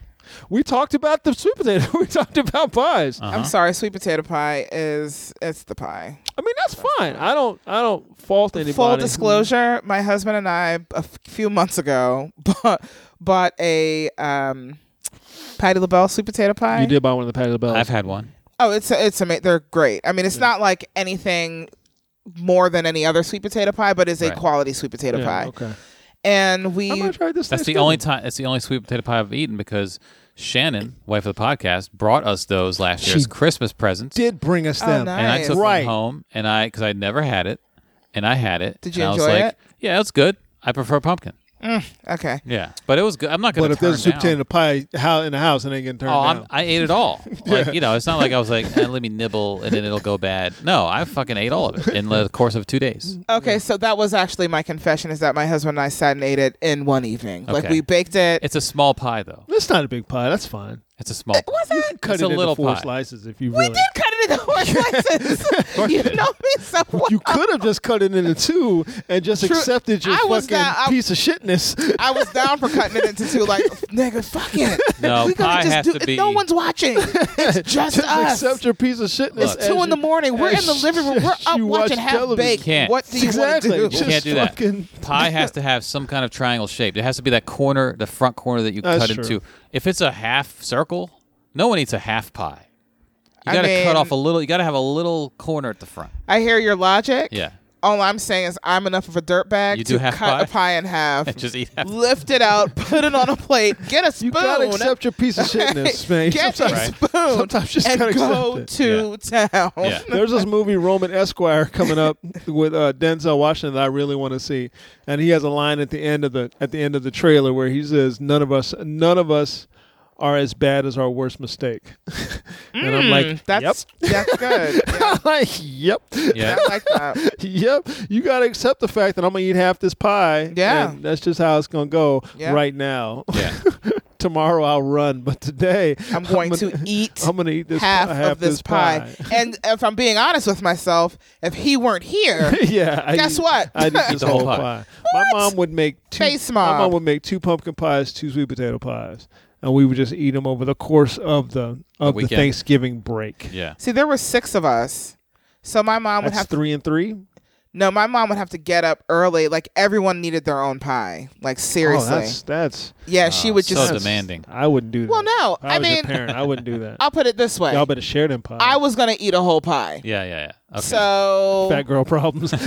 We talked about the sweet potato. <laughs> we talked about pies. Uh-huh. I'm sorry, sweet potato pie is it's the pie. I mean, that's fine. I don't. I don't fault anybody. Full disclosure: My husband and I, a f- few months ago, <laughs> bought, bought a um, Patty LaBelle sweet potato pie. You did buy one of the Patty Uh, LaBelle's. I've had one. Oh, it's it's ama- they're great. I mean, it's not like anything more than any other sweet potato pie, but it's Right. a quality sweet potato Yeah, pie. Okay. And we I'm gonna try this. That's the Thanksgiving. only time. That's the only sweet potato pie I've eaten because Shannon, wife of the podcast, brought us those last year's She Christmas presents, Did bring us Oh, them. nice. and I took Right. one home, and I because I never had it, and I had it. Did you and I enjoy was like, it? Yeah, it's good. I prefer pumpkin. okay. Yeah, but it was good. I'm not going But to. if there's a down. sweet potato pie how in the house, it ain't getting turned Oh, I'm, down. I ate it <laughs> all. Like you know, it's not like I was like, eh, let me nibble and then it'll go bad. No, I fucking ate all of it in the course of two days. Okay, so that was actually my confession is that my husband and I sat and ate it in one evening. Like Okay. we baked it. It's a small pie though. That's not a big pie. That's fine. It's a small. It wasn't- Cut it's it a into little four pie. slices if you we really. did cut it into <laughs> four slices. you know me so well. You could have just cut it into two and just True. accepted your I was fucking down- I- piece of shitness. <laughs> I was down for cutting it into two. Like nigga, fuck it. No, we gotta pie just has do to it. be- No one's watching. <laughs> It's just us. Accept your piece of shitness. Look. as Two in the you- morning. We're in the living room. We're up You watch watching half baked. Can't. What do you Exactly. want to Just do? Can't do that. fucking- <laughs> Pie has to have some kind of triangle shape. It has to be that corner, the front corner that you That's cut true. into. If it's a half circle, no one eats a half pie. You I got to mean- cut off a little. You got to have a little corner at the front. I hear your logic. Yeah, All I'm saying is I'm enough of a dirtbag You to do half cut pie? a pie in <laughs> half. <laughs> just eat half. lift it out, put it on a plate, get a spoon. You gotta accept your piece <laughs> of shitness, man. Get a Sometimes- spoon sometimes you just and gotta accept go it. to town. <laughs> <laughs> Yeah. There's this movie Roman Esquire coming up with uh, Denzel Washington that I really want to see, and he has a line at the end of the at the end of the trailer where he says, "None of us, none of us." Are as bad as our worst mistake, <laughs> <laughs> and I'm like, That's that's good. Yeah, I'm like, yep, <laughs> Yeah, I like that. <laughs> yep. You gotta accept the fact that I'm gonna eat half this pie. Yeah. and that's just how it's gonna go Yeah. right now. yeah. <laughs> Tomorrow I'll run, but today I'm going gonna- <laughs> to eat I'm gonna eat this half, pie, half of this pie. and if I'm being honest with myself, if he weren't here, <laughs> <laughs> yeah. I Guess eat- what? I eat <laughs> this the whole whole pie. pie. My mom would make two. Face My mom mob. would make two pumpkin pies, two sweet potato pies, and we would just eat them over the course of the of the, weekend. Thanksgiving break. yeah. see, there were six of us. So my mom would That's have to three and three. Oh, no, my mom would have to get up early. Like everyone needed their own pie. Like Oh, seriously, that's Ah, that's. yeah, she would so just. dem- Demanding. I wouldn't do that. well, no, If I, I, was mean, your parent. I wouldn't do <laughs> that. I'll put it this way. Y'all better share them pies. I was gonna eat a whole pie. Yeah, yeah, yeah. Okay. So Fat girl <laughs> problems. <laughs>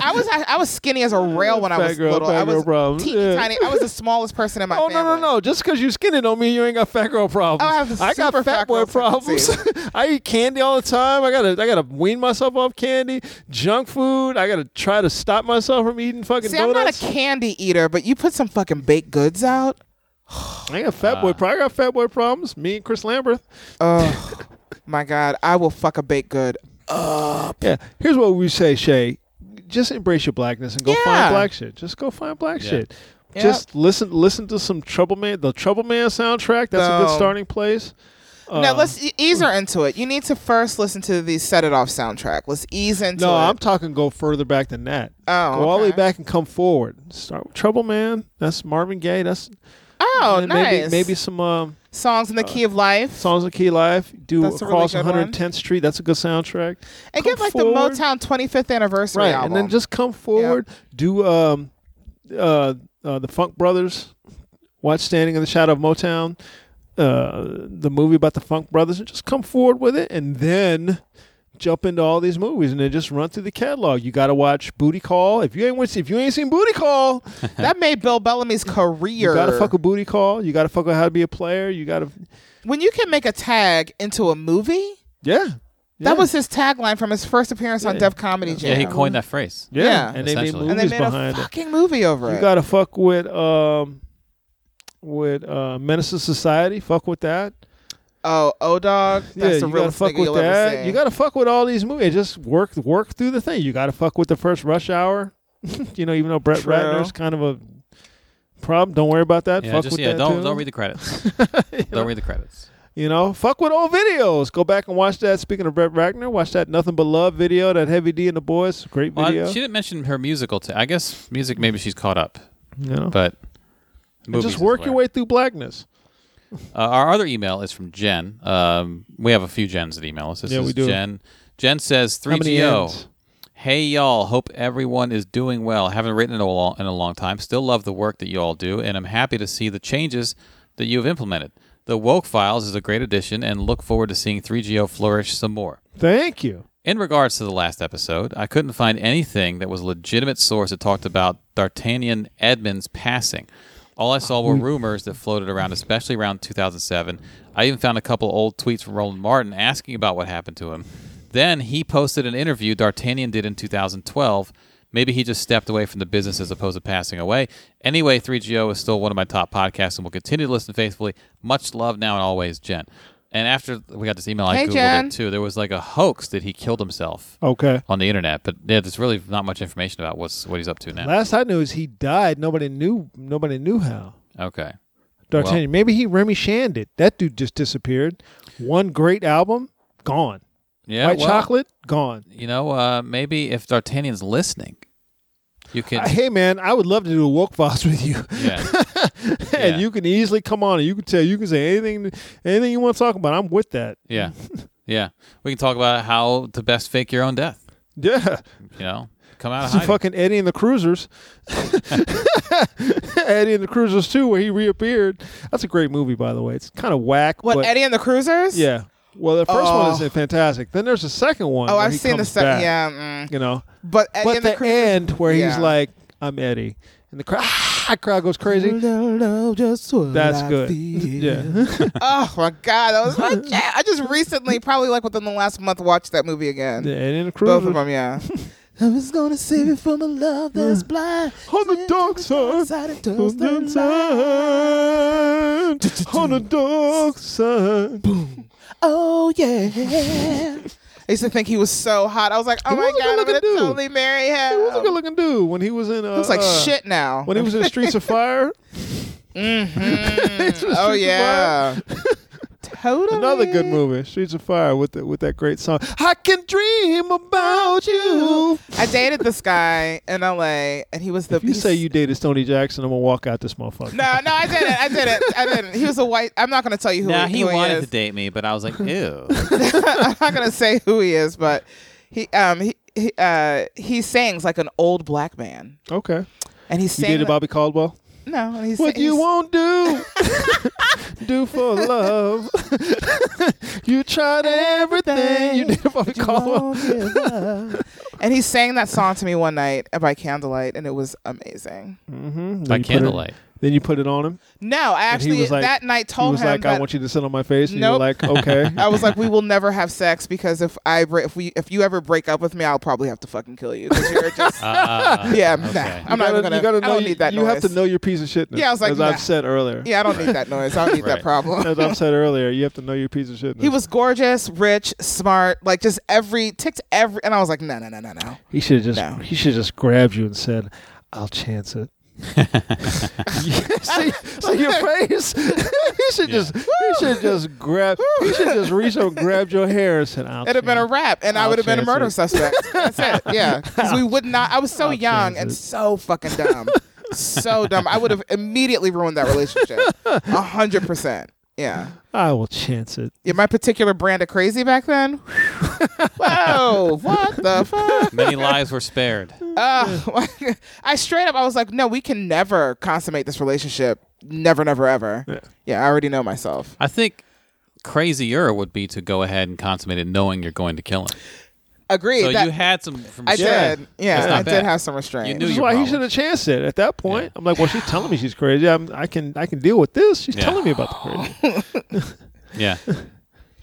I was I was skinny as a rail when I Fat was girl- little. fat I girl was problems. teeny Yeah. tiny. I was the smallest <laughs> person in my oh family. no no no! Just because you're skinny don't mean you ain't got fat girl problems. Oh, I have got super fat fat boy girl problems. <laughs> I eat candy all the time. I gotta I gotta wean myself off candy, junk food. I gotta try to stop myself from eating fucking See, I'm not a donuts. candy eater, but you put some fucking baked goods out. I got fat Ah. boy. pro- I got fat boy problems. Me and Chris Lambert. Oh my god, I will fuck a baked good. Yeah. Here's what we say, Shay. Just embrace your blackness and go Yeah. find black shit. Just go find black Yeah. shit. Yep. Just listen listen to some Trouble Man. The Trouble Man soundtrack. That's a good No. starting place. now let's e- ease her into it. You need to first listen to the Set It Off soundtrack. Let's ease into No, it. I'm talking go further back than that. Oh, go all the way okay. back and come forward. Start with Trouble Man. That's Marvin Gaye. That's oh, and nice. maybe maybe some um, songs in the key of life. songs of Key Life. Do That's a really across good 110th Street. That's a good soundtrack. and Come get like forward. the Motown 25th anniversary right, album. and then just come forward. Do um, uh, uh, the Funk Brothers. Watch Standing in the Shadow of Motown. Uh, the movie about the Funk Brothers, and just come forward with it, and then jump into all these movies, and then just run through the catalog. You got to watch Booty Call. If you ain't watched- if you ain't seen Booty <laughs> Call, <laughs> that made Bill Bellamy's career. You gotta fuck a booty call. You gotta fuck with how to be a player. You gotta when you can make a tag into a movie. yeah. Yeah. That was his tagline from his first appearance on Def Comedy Jam. yeah, he coined that phrase. yeah. yeah. And they made Essentially. movies And they made a behind it. fucking movie over You it. gotta fuck with um with uh Menace to Society. Fuck with that. Oh, O Dog. That's yeah, the you gotta realest fuck nigga with you'll ever that. see. You gotta fuck with all these movies. Just work work through the thing. You gotta fuck with the first Rush Hour. <laughs> you know, even though Brett True. Ratner's kind of a problem, don't worry about that. Yeah, fuck just with yeah. that Don't too. don't read <laughs> the credits. don't read the credits. You know, fuck with old videos. Go back and watch that. Speaking of Brett Ratner, watch that Nothing But Love video. That Heavy D and the Boys, great Well, I- video. she didn't mention her musical. T- I guess music. Maybe she's caught up. you know, But and movies just is work your where- way through blackness. Uh, our other email is from Jen. Um, we have a few Jens that email us. This Yeah, is we do. Jen. Jen says How many 3GO. ends? Hey y'all, hope everyone is doing well. Haven't written in a long, in a long time. Still love the work that you all do, and I'm happy to see the changes that you have implemented. The Woke Files is a great addition, and look forward to seeing 3GO flourish some more. Thank you. In regards to the last episode, I couldn't find anything that was a legitimate source that talked about D'Artagnan Edmonds passing. All I saw were rumors that floated around, especially around 2007. I even found a couple old tweets from Roland Martin asking about what happened to him. Then he posted an interview D'Artagnan did in 2012. Maybe he just stepped away from the business as opposed to passing away. Anyway, 3GO is still one of my top podcasts and will continue to listen faithfully. Much love now and always, Jen. And after we got this email, I Hey, Googled Jen. it too. There was like a hoax that he killed himself Okay. on the internet, but yeah, there's really not much information about what's what he's up to now. Last I knew is he died. Nobody knew. Nobody knew how. Okay. D'Artagnan. Maybe he Remy Shan did. That dude just disappeared. One great album, gone. Yeah. White well, chocolate, gone. You know, uh, maybe if D'Artagnan's listening, you can. Uh, hey man, I would love to do a woke files <laughs> with you, <laughs> yeah. Yeah. and you can easily come on and you can tell you can say anything, anything you want to talk about. I'm with that. Yeah. Yeah. We can talk about how to best fake your own death. Yeah, You know, come out of some hiding. fucking Eddie and the Cruisers, <laughs> Eddie and the Cruisers too, where he reappeared. That's a great movie, by the way. It's kind of whack. what but- Eddie and the Cruisers? Yeah. Well, the first Oh. one is fantastic. Then there's a second one. Oh, where I've he seen the comes back, second. Yeah. Mm. You know, But Eddie but and the, the Cruisers. end where he's Yeah. like, "I'm Eddie," and the crowd, crowd goes crazy. That's good. <laughs> Yeah. oh my god, that was my <laughs> jam. I just recently, probably like within the last month, watched that movie again. The Eddie and the Both of Cruisers. them, yeah. <laughs> I was gonna save it from a <laughs> love that's blind. On the <laughs> dark side. On the dark side. On the dark side. Oh <laughs> yeah. I used to think he was so hot. I was like, oh He my was a god, I'm good-looking gonna dude. totally marry him. He was a good looking dude when he was in. Uh, Looks like uh, shit now. When he was in Streets of <laughs> Fire. <laughs> oh yeah. totally. Another good movie, Streets of Fire, with the, with that great song. I can dream about you. I dated this guy in LA, and he was the. If you he's- say you dated Stoney Jackson, I'm gonna walk out this motherfucker. No, no, I didn't. I didn't. I didn't. He was a white. I'm not going to tell you who, Nah, he, he who he wanted is. to date me, but I <laughs> was like, ew. <laughs> I'm not going to say who he is, but he um he he, uh, he sings like an old black man, Okay. and he You sang. dated Bobby Caldwell. No, and he What sang- you he's- won't <laughs> do, do for love. you tried everything. You dated Bobby Caldwell. And he sang that song to me one night by candlelight, and it was amazing. Mm-hmm. <laughs> By candlelight. then you put it on him. No, I And he actually was like- that night He told was him like, that "I want you to sit on my face," and Nope. you were like, <laughs> "Okay." I was like, we will never have sex because if I bre- if we if you ever break up with me, I'll probably have to fucking kill you 'cause <laughs> you're just Uh, yeah. okay. Nah, I'm not even gonna. you gotta I know don't you, need that you noise. have to know your piece of shitness. Yeah, I was like, as nah. I've said earlier. Yeah, I don't need that noise. I don't need Right. that problem. As I've said earlier, you have to know your piece of shitness. He was gorgeous, rich, smart, like just every ticked every, and I was like, no, no, no, no, no. He should have just No. he should have just grabbed you and said, "I'll chance it." see, see your face. he should just he should just grab he should just reach over, grabbed your hair, and said, "I'll." It'd have been a wrap, and I I'll would have been a chance murder it. suspect. <laughs> That's it. Yeah, 'Cause we would not. I was so young chance and it. so fucking dumb, so dumb. I would have immediately ruined that relationship, a hundred percent. Yeah. I will chance it. Yeah, my particular brand of crazy back then. <laughs> Whoa, what the fuck? Many lives were spared. Uh, <laughs> I straight up, I was like, no, we can never consummate this relationship. Never, never, ever. Yeah, I already know myself. I think crazier would be to go ahead and consummate it knowing you're going to kill him. Agreed. So that- you had some. From I Yeah. did. Yeah, That's not I bad. did have some restraint. You knew This is your why he problem. should have chanced it at that point. Yeah. I'm like, well, she's telling me she's crazy. I'm, I can I can deal with this. She's Yeah. telling me about the crazy. Yeah.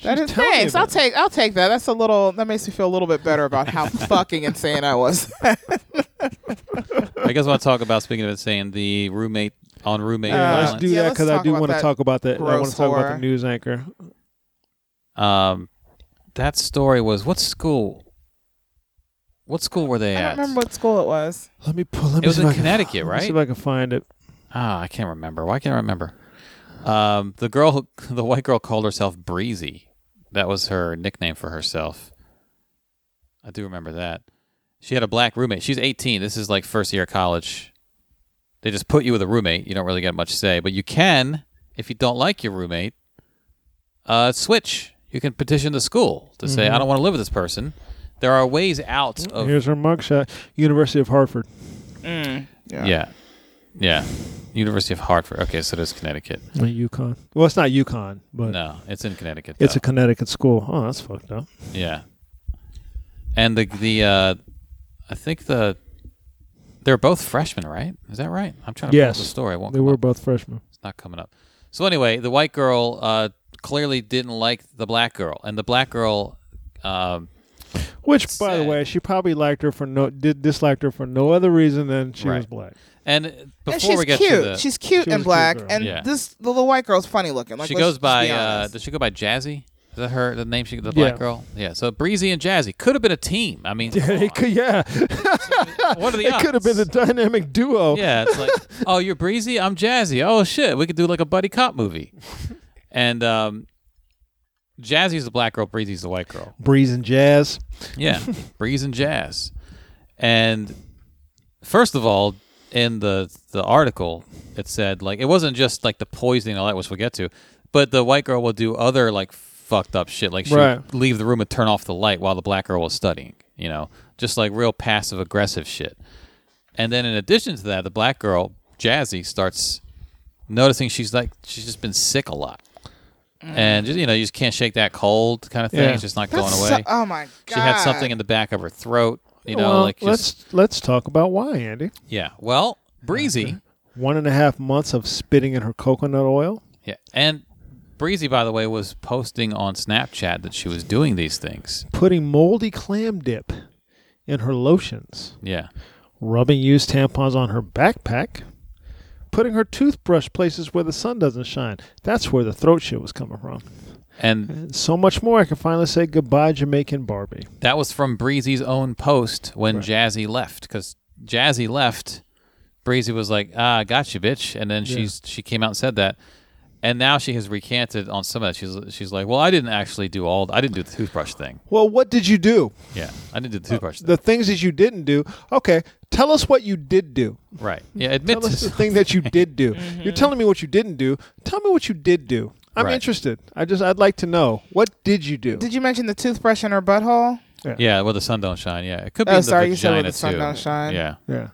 That is, telling me thanks. about I'll it. take. I'll take that. That's a little. That makes me feel a little bit better <laughs> about how fucking insane I was. I guess I want to talk about speaking of it saying the roommate on roommate Uh, Let's violence. do yeah, that let's because I talk do about want to that talk about that. I want gross to talk about horror. the news anchor. Um, that story was what school? What school were they <laughs> I at? don't remember what school it was. Let me pull. Let me It was see in if I can- Connecticut, let me right? see if I can find it. Ah, I can't remember. Why can't I remember? Um, the girl, who, <laughs> the white girl, called herself Breezy. That was her nickname for herself. I do remember that. She had a black roommate. She's 18. This is like first year of college. They just put you with a roommate. You don't really get much say, but you can, if you don't like your roommate, uh, switch. You can petition the school to say, "I don't want to live with this person." There are ways out of Here's her mugshot. University of Hartford. yeah, yeah. University of Hartford. Okay, so there's Connecticut. Not UConn. Well, it's not UConn, but No, it's in Connecticut. it's though. a Connecticut school. Oh, that's fucked up. yeah. And the the uh, I think the they're both freshmen, right? Is that right? I'm trying to pull up Yes, the story. It won't They come were up. both freshmen. It's not coming up. So anyway, the white girl uh, clearly didn't like the black girl, and the black girl. Um, Which, by the Sad. way, she probably liked her for no did disliked her for no other reason than she Right. was <laughs> black. and before and she's we get cute. to the, she's cute She was a and cute black, girl. and Yeah. this the little white girl's funny looking. Like she let's goes just by. be Uh, honest. does she go by Jazzy? Is that her? The name she the black Yeah. girl? Yeah. So Breezy and Jazzy could have been a team. I mean, Yeah, <laughs> it could, <laughs> yeah. what are the it could have been the odds? dynamic duo. Yeah, it's like, oh, you're breezy, I'm jazzy. Oh shit, we could do like a buddy cop movie. And um, Jazzy's the black girl, Breezy's the white girl. Breeze and jazz. <laughs> Yeah, breeze and jazz. And first of all, in the the article, it said like it wasn't just like the poisoning and all that, which we'll get to, but the white girl will do other like fucked up shit, like she Right. would leave the room and turn off the light while the black girl was studying. You know, just like real passive aggressive shit. And then in addition to that, the black girl Jazzy starts noticing she's like she's just been sick a lot. And just, you know, you just can't shake that cold kind of thing. Yeah. It's just not That's going so- away. oh my god. She had something in the back of her throat. You know, well, like let's just, let's talk about why, Andy. yeah. Well, Breezy, One and a half months of spitting in her coconut oil. yeah, and Breezy, by the way, was posting on Snapchat that she was doing these things. putting moldy clam dip in her lotions, Yeah, rubbing used tampons on her backpack, putting her toothbrush places where the sun doesn't shine. That's where the throat shit was coming from. and And so much more. I can finally say goodbye, Jamaican Barbie. that was from Breezy's own post when Jazzy left, because Jazzy left. Breezy was like, "Ah, I got you, bitch," and then she's she came out and said that, and now she has recanted on some of that. She's she's like, "Well, I didn't actually do all. I didn't do the toothbrush thing. Well, what did you do? Yeah, I didn't do the toothbrush thing. The things that you didn't do. Okay, tell us what you did do. right? Yeah, admit Tell us <laughs> to the thing that you did do. Mm-hmm. You're telling me what you didn't do. Tell me what you did do. I'm Right. interested. I just I'd like to know what did you do? Did you mention the toothbrush in her butthole? Yeah, well, the sun don't shine. Yeah, it could be Oh, in the sorry, you vagina said where the sun too. don't shine. Yeah. yeah.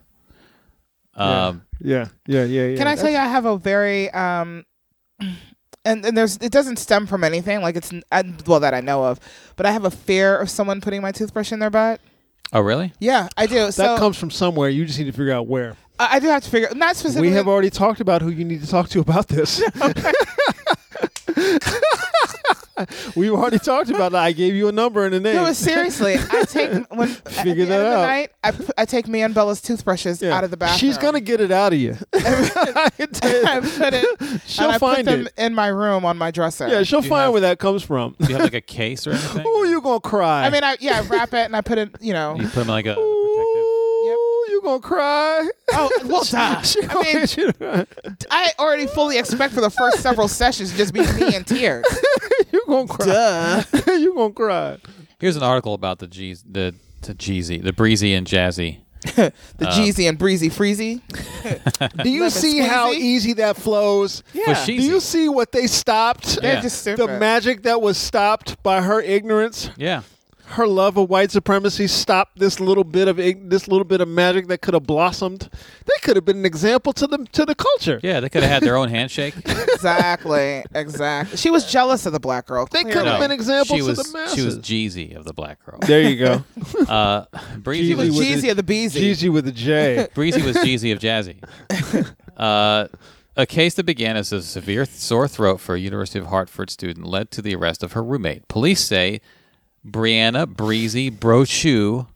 Um, Yeah. Yeah. Yeah. Yeah. Can I tell you I have a very um and, and there's it doesn't stem from anything like it's n I well that I know of, but I have a fear of someone putting my toothbrush in their butt. Oh, really? Yeah, I do. That so comes from somewhere. You just need to figure out where. I, I do have to figure not specifically. We have already talked about who you need to talk to about <laughs> this. <laughs> We've already talked about it. I gave you a number and a name. No, but seriously, I <laughs> take when at the Figure end that of the out. night, I, p- I take me and Bella's toothbrushes Yeah. out of the bathroom. She's <laughs> gonna get it out of you. I can tell you. I put it. <laughs> She'll and I put find them it. in my room on my dresser. Yeah, she'll you find have- where that comes <laughs> from. <laughs> Do you have like a case or anything? Ooh, you gonna cry? I mean, I yeah, I wrap it and I put it. <laughs> You know. You put them in like a protective. Ooh, you gonna cry? Oh well, <laughs> duh. She gonna I mean, get you. to- I already fully expect for the first several sessions to just be me in tears. You gonna cry? <laughs> Duh. you gonna cry? Here's an article about the G's, the the Jeezy, the Breezy and Jazzy. Uh, The Jeezy and Breezy Freezy. Do you see how squeezy? easy that flows? Well, Yeah. she's- Do you see what they stopped? They're Yeah. just the stupid. magic that was stopped by her ignorance, Yeah. her love of white supremacy stopped this little bit of ig- this little bit of magic that could have blossomed. They could have been an example to the to the culture. Yeah, they could have had their own handshake. exactly. Exactly. She was jealous of the black girl. They could clearly. have been examples she was, to the masses. She was Jeezy of the black girl. there you <laughs> go. Uh, Breezy Jeezy was with Jeezy the- of the Beezy. Jeezy with a J. Breezy was Jeezy of Jazzy. Uh, a case that began as a severe th- sore throat for a University of Hartford student led to the arrest of her roommate. Police say Brianna Breezy Brochu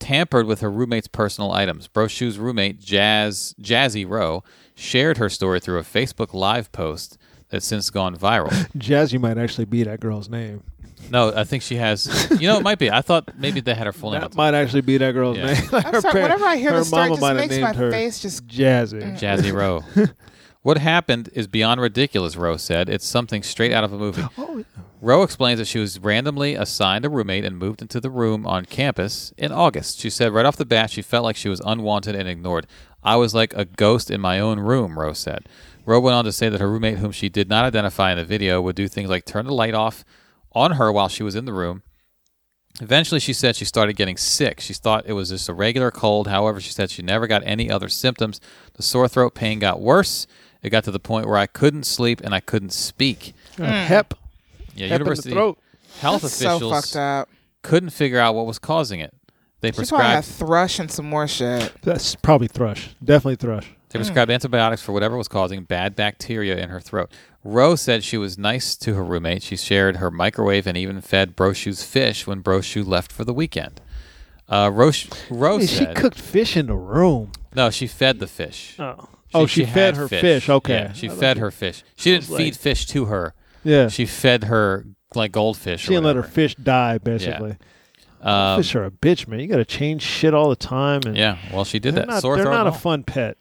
tampered with her roommate's personal items. Brochu's roommate, Jazz Jazzy Rowe, shared her story through a Facebook Live post that's since gone viral. Jazzy might actually be that girl's name. No, I think she has. You know, it might be. I thought maybe they had her full name. That might actually be that girl's Yeah. name. <laughs> Like I'm her sorry. parent- Whenever I hear her the story, mama it might just have makes named my her face just. Mm. Jazzy. Jazzy Rowe. what happened is beyond ridiculous, Rowe said. It's something straight out of a movie. Rowe explains that she was randomly assigned a roommate and moved into the room on campus in August. She said right off the bat she felt like she was unwanted and ignored. I was like a ghost in my own room, Rowe said. Rowe went on to say that her roommate, whom she did not identify in the video, would do things like turn the light off on her while she was in the room Eventually, she said she started getting sick. She thought it was just a regular cold. However, she said she never got any other symptoms. The sore throat pain got worse. It got to the point where I couldn't sleep and I couldn't speak. Mm. Hep. Hep Yeah, in the university throat. health That's so officials fucked up. couldn't figure out what was causing it. They She probably had prescribed thrush and some more shit. That's probably thrush. Definitely thrush. They prescribed antibiotics for whatever was causing bad bacteria in her throat. Roe said she was nice to her roommate. She shared her microwave and even fed Brochu's fish when Brochu left for the weekend. Uh, Roche, Roe Hey, she said, cooked fish in the room. "No, she fed the fish. Oh, she, fed had her fish. Okay. Yeah, she fed her fish. She didn't like- feed fish to her. Yeah. She, She fed her like goldfish. or didn't let her whatever. fish die, basically. Um, fish are a bitch, man. You got to change shit all the time. And yeah, well, she did They're that. not, Sore they're throat not and a all. fun pet.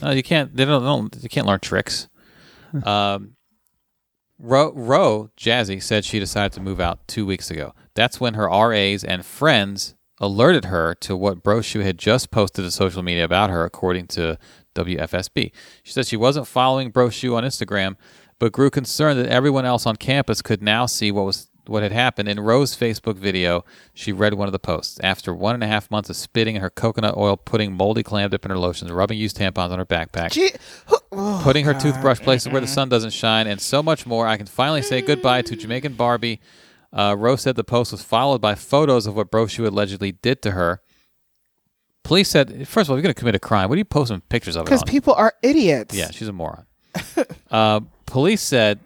No, you can't. They don't. they don't you can't learn tricks. Um, Ro, Ro Jazzy said she decided to move out two weeks ago. That's when her RAs and friends alerted her to what Brochu had just posted to social media about her, according to WFSB. She said she wasn't following Brochu on Instagram, but grew concerned that everyone else on campus could now see what was what had happened. In Ro's Facebook video, she read one of the posts. After one and a half months of spitting in her coconut oil, putting moldy clam dip in her lotions, rubbing used tampons on her backpack, Gee, who- oh, putting her toothbrush places where the sun doesn't shine, and so much more. I can finally say goodbye to Jamaican Barbie. Uh, Rose said the post was followed by photos of what Brochu allegedly did to her. Police said, first of all, if you're going to commit a crime, what are you posting pictures of it Because on? people are idiots. Yeah, she's a moron. <laughs> uh, police said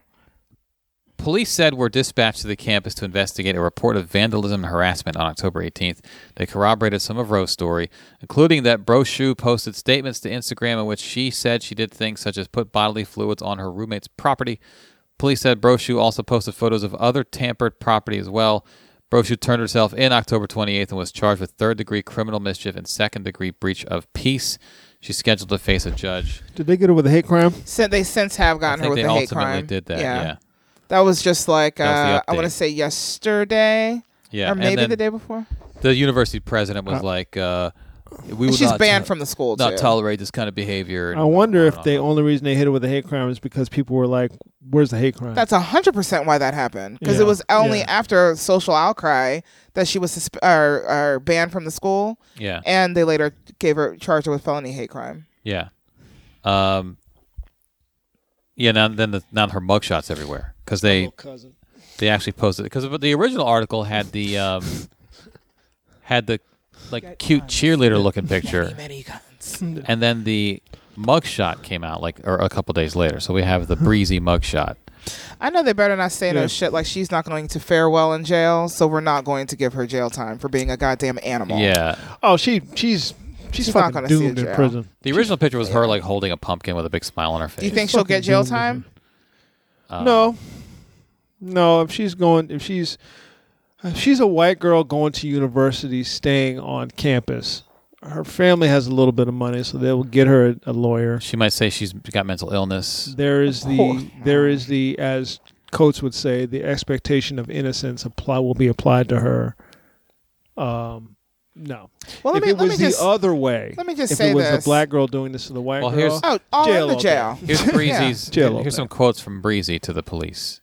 police said were dispatched to the campus to investigate a report of vandalism and harassment on October 18th. They corroborated some of Rose's story, including that Brochu posted statements to Instagram in which she said she did things such as put bodily fluids on her roommate's property. Police said Brochu also posted photos of other tampered property as well. Brochu turned herself in October 28th and was charged with third degree criminal mischief and second degree breach of peace. She's scheduled to face a judge. Did they get her with a hate crime? Sin- they since have I gotten her think with they the hate ultimately crime. did that. Yeah, yeah. That was just like was the uh, I want update. to say yesterday or and maybe then the day before. the university president was like, uh, "We And will she's not banned to- from the school not too. tolerate this kind of behavior." I wonder if the only reason they hit her with a hate crime is because people were like, "Where's the hate crime?" That's hundred percent why that happened because Yeah, it was only yeah. after social outcry that she was susp- or, or banned from the school, yeah, and they later gave her charged her with felony hate crime. yeah, um, yeah. Now then, the, now her mugshots everywhere because they cousin. they actually posted because the original article had the um, had the like cute cheerleader looking picture, and then the mugshot came out like or a couple days later. So we have the breezy mugshot. I know they better not say Yeah. no shit like she's not going to fare well in jail, so we're not going to give her jail time for being a goddamn animal. Yeah, Oh, she she's she's, She's not fucking gonna see doomed a in jail. prison. The original picture was her like holding a pumpkin with a big smile on her face. Do you think she'll get fucking jail doomed. time? Uh, no, no. If she's going, if she's if she's a white girl going to university, staying on campus, her family has a little bit of money, so they will get her a, a lawyer. She might say she's got mental illness. There <laughs> is course. the there is the as Coates would say the expectation of innocence apply will be applied to her. Um, no. Well, let if me it let was me the just other way, let me just if say it was this. the black girl doing this to the white Well, here's- girl, oh all Jail in all the day. jail. <laughs> Here's Breezy's. Chill a little here's bit. some quotes from Breezy to the police.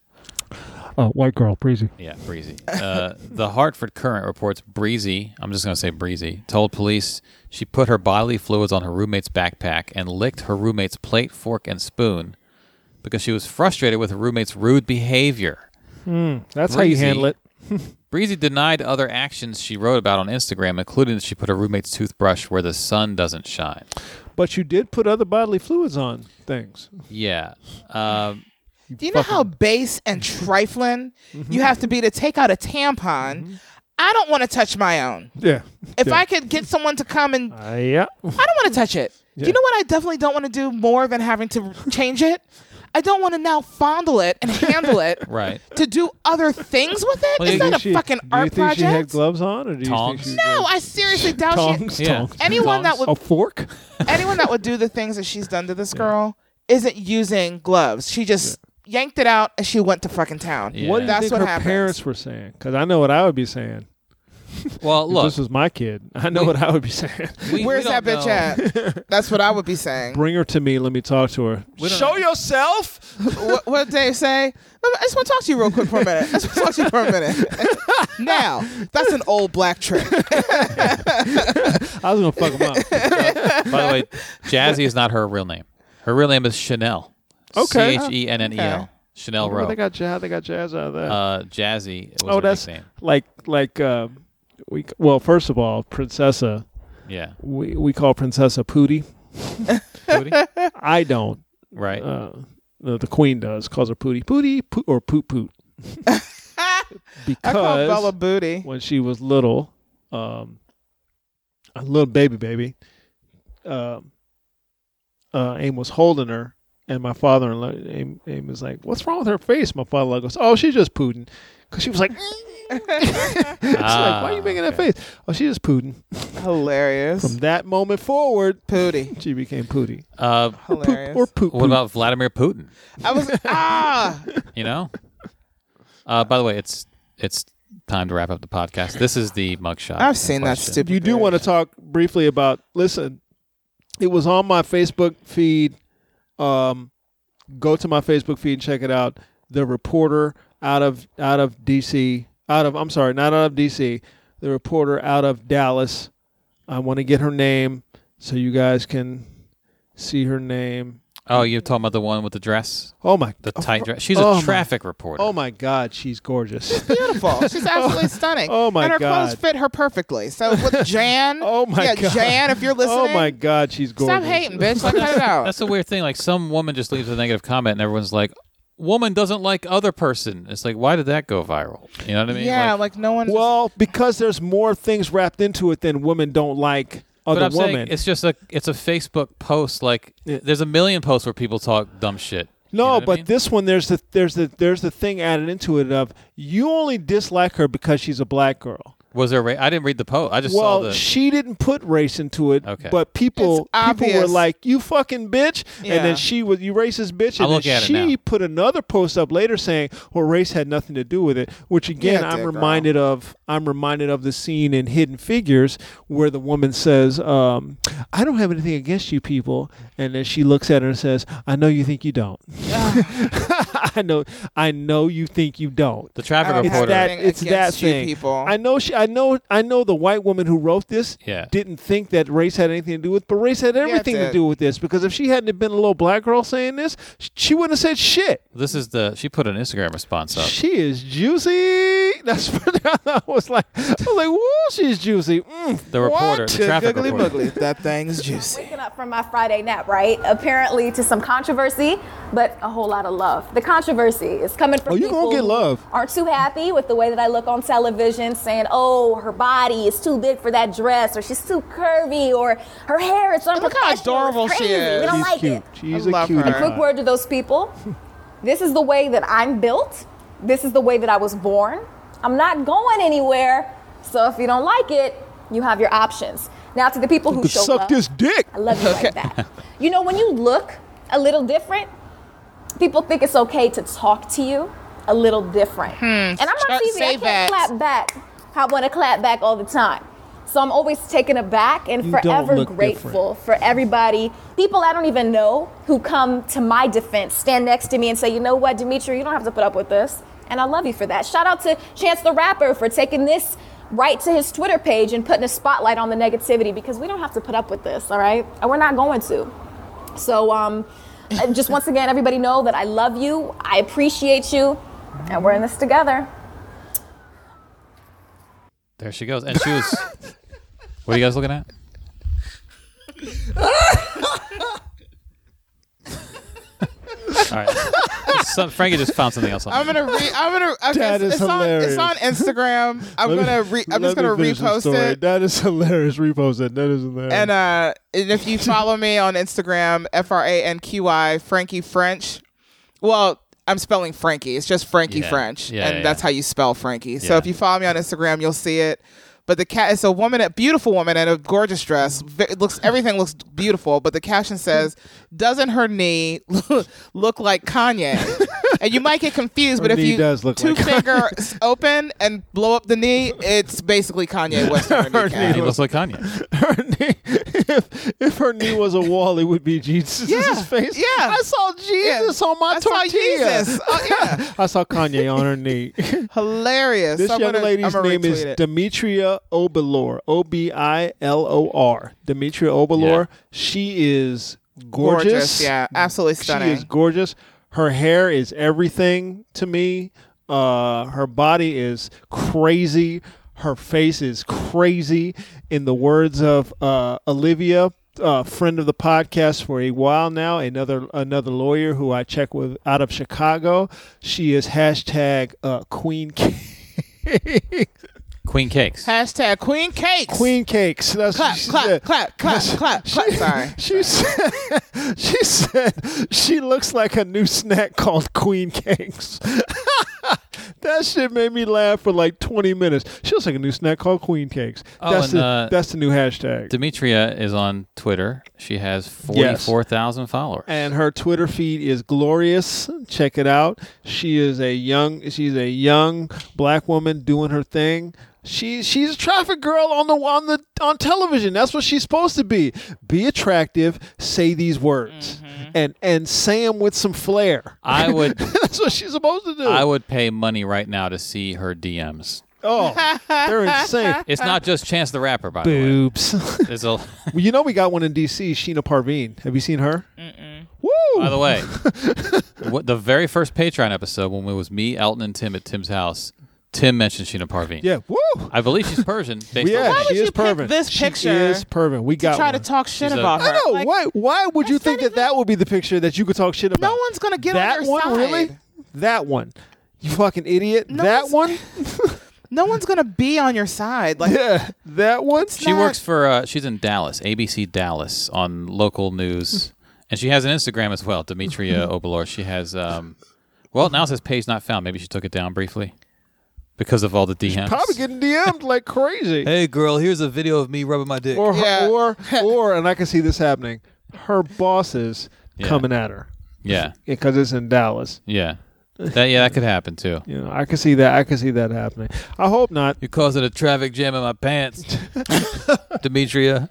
oh, white girl, breezy. Yeah, Breezy. Uh, the Hartford Current reports Breezy, I'm just going to say Breezy, told police she put her bodily fluids on her roommate's backpack and licked her roommate's plate, fork, and spoon because she was frustrated with her roommate's rude behavior. That's how you Breezy. handle it. Breezy denied other actions she wrote about on Instagram, including that she put her roommate's toothbrush where the sun doesn't shine. But you did put other bodily fluids on things. Yeah. Um, Do you know how base and trifling you have to be to take out a tampon? I don't want to touch my own. Mm-hmm. Yeah. If I could get someone to come and I Uh, yeah. don't want to touch it. Do you know what I definitely don't want to do more than having to change it? I don't want to now fondle it and handle it <laughs> Right. to do other things with it. Well, Is you- that a She- fucking do you art think she had project? gloves on, or do you Tongs? think she No, I seriously doubt tongs? <laughs> she. Yeah. Tongs. Anyone that Tongs. would A fork? anyone that would do the things that she's done to this girl isn't using gloves. She just yanked it out and she went to fucking town. Yeah. What do you That's think what her happens. parents were saying? Because I know what I would be saying. Well, If look. this was my kid. <laughs> I know We- what I would be saying. we- we Where's that don't bitch know. <laughs> at? That's what I would be saying. Bring her to me. Let me talk to her. We don't Show know. yourself. what, what did Dave say? No, I just want to talk to you real quick for a minute. I just want to talk to you for <laughs> a minute. now, that's an old black trick. I was gonna fuck him <laughs> up. By <laughs> the way, Jazzy is not her real name. Her real name is Chanel. Okay. C H E N N E Okay. L. Chanel Well, Rowe. they got jazz. They got jazz out of that. Uh, Jazzy was Oh, her that's- nickname. like like uh, we well, first of all, Princessa. <laughs> Yeah. We we call Princessa <laughs> Pootie. Booty? I don't. Right. Uh, the, the queen does calls her Pootie Pootie poo, or Poot <laughs> Poot. I call because Bella Booty. when she was little, um, a little baby baby, um, uh, Aim was holding her, and my father-in-law Aim, Aim was like, "What's wrong with her face?" My father-in-law goes, "Oh, she's just pooting," because she was like, <laughs> It's like, Ah, "Why are you making okay. that face?" Oh, she's just pooting. From Hilarious. that moment forward, Booty. she became pooty Uh, or poop Hilarious. or poop. what about Vladimir Putin? I was ah. <laughs> You know. Uh, by the way, it's it's time to wrap up the podcast. This is the mugshot. I've seen that question. stupid. You do bitch. want to talk briefly about. Listen, it was on my Facebook feed. Um, go to my Facebook feed and check it out. The reporter out of out of DC, out of I'm sorry, not out of DC. The reporter out of Dallas. I want to get her name so you guys can see her name. Oh, you're talking about the one with the dress, Oh my, the oh, tight dress. She's oh a my- traffic reporter. oh my God, she's gorgeous. beautiful. She's absolutely stunning. <laughs> oh my And her clothes God. fit her perfectly. <laughs> So with Jan. Oh my yeah, God. Jan. If you're listening, oh my God, she's gorgeous. stop hating, bitch. Like cut it <laughs> out. That's the weird thing. Like some woman just leaves a negative comment, and everyone's like, "Woman doesn't like other person." It's like, why did that go viral? You know what I mean? Yeah, like, no one. Well, because there's more things wrapped into it than women don't like but other I'm saying women. it's just a it's a Facebook post. Like, Yeah. there's a million posts where people talk dumb shit. You know no, what I but mean? this one there's the there's the there's the thing added into it of you only dislike her because she's a black girl. was there? Ra- I didn't read the post. I just well, saw the. she didn't put race into it, Okay. but people It's people were obvious. like, "You fucking bitch," and Yeah. then she was, "You racist bitch," and I'll then look at it she now. put another post up later saying, "Well, race had nothing to do with it." Which again, Yeah, I'm dick, girl. reminded of. I'm reminded of the scene in Hidden Figures where the woman says, um, "I don't have anything against you people," and then she looks at her and says, "I know you think you don't. <laughs> I know, I know you think you don't." the I traffic don't have reporter. that- anything it's that against you thing. people. I know she. I know. I know the white woman who wrote this Yeah. didn't think that race had anything to do with. But race had it everything to did. do with this because if she hadn't have been a little black girl saying this, sh- she wouldn't have said shit. This is the she put an Instagram response up. She is juicy. <laughs> That's what I was like. I was like, whoa, she's juicy. Mm. The reporter, the traffic Googly reporter. boogly. <laughs> That thing's juicy. Waking up from my Friday nap, right? Apparently to some controversy, but a whole lot of love. The controversy is coming from Oh, you people gonna get who love. aren't too happy with the way that I look on television, saying, "Oh, her body is too big for that dress," or "She's too curvy," or "Her hair is unprofessional." look how it's adorable she crazy. is. We don't She's like cute. it. She's I a love cutie. her. Quick word to those people. <laughs> This is the way that I'm built. This is the way that I was born. I'm not going anywhere. So if you don't like it, you have your options. Now to the people who show Suck love. this dick. I love you like that. You know, when you look a little different, people think it's okay to talk to you a little different. And I'm on Hmm, Start- TV, I say can't that. clap back. I want to clap back all the time. So I'm always taken aback and You don't forever look grateful for everybody, people I don't even know, who come to my defense, stand next to me and say, you know what, Dimitri, you don't have to put up with this. And I love you for that. Shout out to Chance the Rapper for taking this right to his Twitter page and putting a spotlight on the negativity because we don't have to put up with this, all right? And we're not going to. So, um, and just once again, everybody know that I love you, I appreciate you, and we're in this together. There she goes, and she was. what are you guys looking at? <laughs> All right. Some, Frankie just found something else. On I'm gonna re. I'm gonna. <laughs> Okay, That it's, is it's on. It's hilarious. on Instagram. I'm Let me- gonna. Re, I'm let just gonna me finish the repost story. it. That is hilarious. Repost it. That is hilarious. And uh, and if you follow me on Instagram, F R A N Q Y Frankie French, Well, I'm spelling Frankie. It's just Frankie Yeah. French, Yeah, and yeah, that's yeah. how you spell Frankie. So Yeah. if you follow me on Instagram, you'll see it. But the cat is a woman, a beautiful woman in a gorgeous dress. Ve- It looks everything looks beautiful, but the caption says, "Doesn't her knee <laughs> look <laughs> like Kanye?" and you might get confused, but if knee you does look two like fingers open and blow up the knee, it's basically <laughs> Kanye West. on her kneecap. He looks like Kanye. her <laughs> knee, if, if her knee was a wall, it would be Jesus' Yeah, face. yeah. I saw Jesus on my I saw tortilla. Jesus. Oh, <laughs> yeah. I saw Kanye on her <laughs> knee. <laughs> Hilarious. This So I'm young gonna- lady's I'm gonna name is retweet it. Demetria Obelor. O B I L O R. Demetria Obelor. Yeah. She is gorgeous. gorgeous. Yeah, absolutely stunning. She is gorgeous. Her hair is everything to me. Uh, her body is crazy. Her face is crazy. In the words of uh, Olivia, uh, friend of the podcast for a while now, another another lawyer who I check with out of Chicago. She is hashtag uh, Queen <laughs> Cake. Queen Cakes. Hashtag Queen Cakes. Queen Cakes. That's Clap, she clap, said. clap, clap, clap, clap. Sorry. She said, she said she looks like a new snack called Queen Cakes. <laughs> that shit made me laugh for like 20 minutes. She looks like a new snack called Queen Cakes. Oh, that's, and, the, uh, that's the new hashtag. Demetria is on Twitter. She has 44,000 followers. and her Twitter feed is glorious. Check it out. She is a young she's a young black woman doing her thing. She she's a traffic girl on the on the on television. That's what she's supposed to be. Be attractive, say these words. And and say them with some flair. <laughs> I <laughs> would That's what she's supposed to do. I would pay money right now to see her DMs. oh, they're insane. It's not just Chance the Rapper, by the way. Boobs. <laughs> There's a, Well, you know we got one in DC, Sheena Parveen. Have you seen her? Mm-mm. Woo! by <laughs> the way, what, the very first Patreon episode when it was me, Elton, and Tim at Tim's house, Tim mentioned Sheena Parveen. yeah, woo! I believe she's <laughs> Persian. Based Yeah, on Why the would she you is pick Pervin. this she picture is Pervin. We got to try one. to talk shit She's a- about her. I know. Like, why? Why would you that's think not that that would be the picture that you could talk shit about? No one's gonna get on that your one. side. Really? That one. You fucking idiot. No that one. <laughs> No one's gonna be on your <laughs> side. Like Yeah. That one. She works for. Uh, she's in Dallas, ABC Dallas, on <laughs> local news, and she has an Instagram as well, Demetria Obelor. She has. Um, well, now it says page not found. Maybe she took it down briefly because of all the DMs. Probably getting DM'd like crazy. Hey, girl, here's a video of me rubbing my dick. Or, her- Yeah. <laughs> or, or, and I can see this happening. Her bosses Yeah. coming at her yeah, because it's in Dallas. yeah, that yeah, that could happen too. You know, I can see that. I can see that happening. I hope <laughs> not. You caused it a traffic jam in my <laughs> pants, Demetria.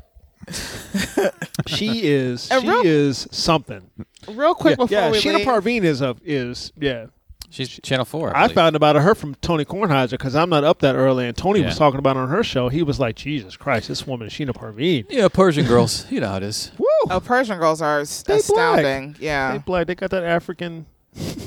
She is. she And real- is something. real quick before yeah. we Sheena leave, Parveen is of is yeah. She's Channel Four. I, I believe. found about her from Tony Kornheiser because I'm not up that early, and Tony Yeah. was talking about it on her show. He was like, "Jesus Christ, this woman, Sheena Parveen, Yeah, Persian girls. You know how it is. woo, oh, Persian girls are s- They black. astounding. they Yeah. black, they got that African,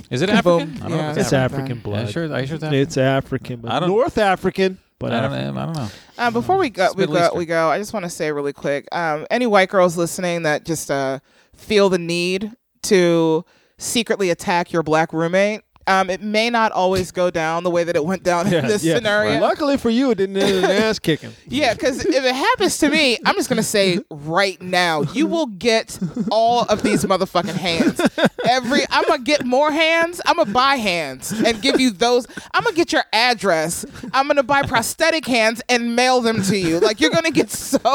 Is it African? Kaboom. I don't know. Yeah. if it's It's African. African blood, Are you sure? Are you sure it's African? it's African, I but don't- North African, but I don't, African. I <laughs> don't know. Um, before we go, It's we Middle go, Eastern. we go. I just want to say really quick. Um, any white girls listening that just uh, feel the need to secretly attack your black roommate, um, it may not always go down the way that it went down in this Yeah. scenario. Luckily for you, it didn't end in an ass <laughs> kicking. Yeah, because if it happens to me, I'm just gonna say right now, you will get all of these motherfucking hands. Every I'm gonna get more hands. I'm gonna buy hands and give you those. I'm gonna get your address. I'm gonna buy prosthetic hands and mail them to you. Like you're gonna get so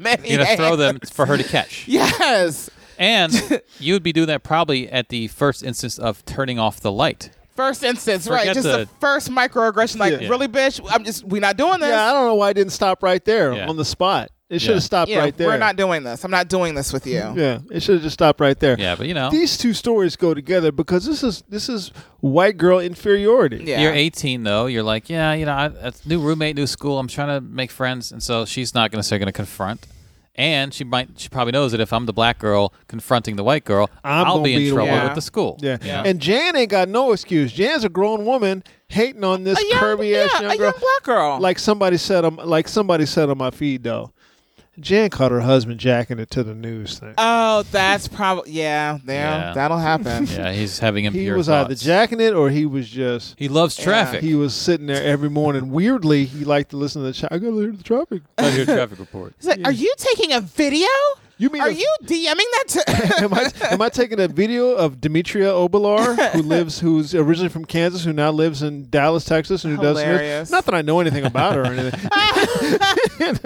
many. You're gonna throw them hands. for her to <laughs> catch. Yes. And you would be doing that probably at the first instance of turning off the light. First instance, right? Forget Just the, the- first microaggression. Like, Yeah. really, bitch? I'm just. We're not doing this. Yeah, I don't know why it didn't stop right there Yeah. on the spot. It should Yeah. have stopped Yeah, right there. we're not doing this. I'm not doing this with you. Yeah, it should have just stopped right there. Yeah, but you know, These two stories go together because this is this is white girl inferiority. Yeah. you're 18 though. You're like, yeah, you know, I, it's new roommate, new school. I'm trying to make friends, and so she's not necessarily going to confront. And she might, she probably knows that if I'm the black girl confronting the white girl, I'm will gonna be in be the trouble one. with the school. Yeah. you know? And Jan ain't got no excuse. Jan's a grown woman hating on this A young- curvy ass yeah, young a girl. young black girl. Like somebody said on like somebody said on my feed though. Jan caught her husband jacking it to the news thing. Oh, that's probably yeah, yeah. Yeah. That'll happen. <laughs> yeah, he's having impure he was either thoughts. jacking it or he was just He loves traffic. <laughs> he was sitting there every morning. Weirdly, <laughs> he liked to listen to the tra- I gotta hear the traffic. loves your traffic report. He's like, "Are you taking a video? You mean Are if- you DMing that to? <laughs> <laughs> am I am I taking a video of Demetria Obelar, <laughs> who lives, who's originally from Kansas, who now lives in Dallas, Texas, and who does Hilarious. not that I know anything about her or anything. <laughs> <laughs> not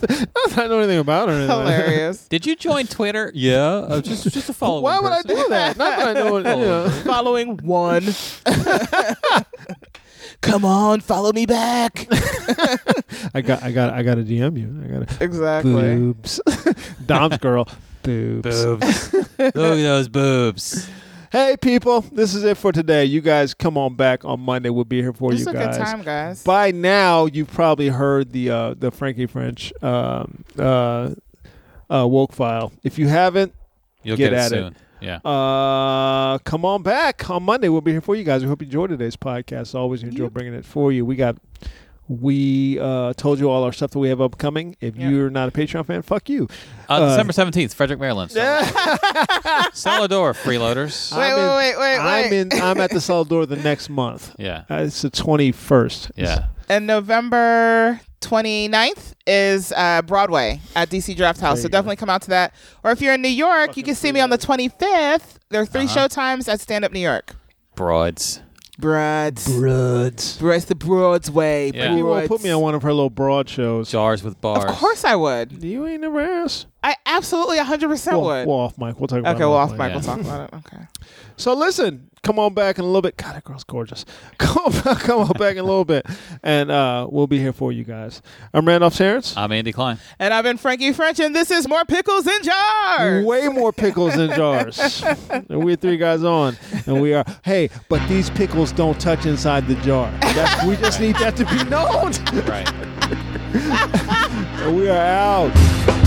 that I know anything about her. Or anything. Hilarious. Did you join <laughs> Twitter? Yeah, uh, <laughs> just just a follow. Why would I do that? Not that I know. you know. <laughs> Following one. <laughs> Come on, follow me back. I got, I got, I got to DM you. I got to Exactly. boobs. <laughs> Dom's girl. Boobs. Boobs. Look at Oh, those boobs. Hey, people, this is it for today. You guys come on back on Monday. We'll be here for It's you a guys. good time, guys. By now, you've probably heard the uh, the Frankie French um, uh, uh, woke file. If you haven't, You'll Get get, at it it. soon. Yeah. uh, come on back on Monday. We'll be here for you guys. We hope you enjoyed today's podcast. Always enjoy bringing it for you. We got we uh, told you all our stuff that we have upcoming. If you're not a Patreon fan, fuck you. Uh, December seventeenth, Frederick, <laughs> Maryland. Salador freeloaders. Wait, I'm in- wait, wait, wait, I'm wait. in. I'm <laughs> at the Salador the next month. Yeah. Uh, it's the 21st. <laughs> Yeah. And November 29th is uh, Broadway at DC Draft House. So definitely come out to that. Or if you're in New York, you can see me on the 25th. There are 3 show times at Stand Up New York. Broads. Broads. Broads. Broads the Broadway. Yeah. You won't put me on one of her little broad shows. Jars with bars. Of course I would. You ain't never asked. I absolutely 100% Well, would. well, off mic. We'll talk about okay, it well, off mic. mic, yeah. we'll talk about it. Okay. So listen, come on back in a little bit. God, that girl's gorgeous. <laughs> Come on, back- come on back in a little bit, and uh, we'll be here for you guys. I'm Randolph Terrence. I'm Andy Klein. And I've been Frankie French, and this is More Pickles in Jars. Way more pickles than jars. and we're three guys on, and we are. Hey, but these pickles don't touch inside the jar. That's, we <laughs> just need that to be known. Right. and we are out.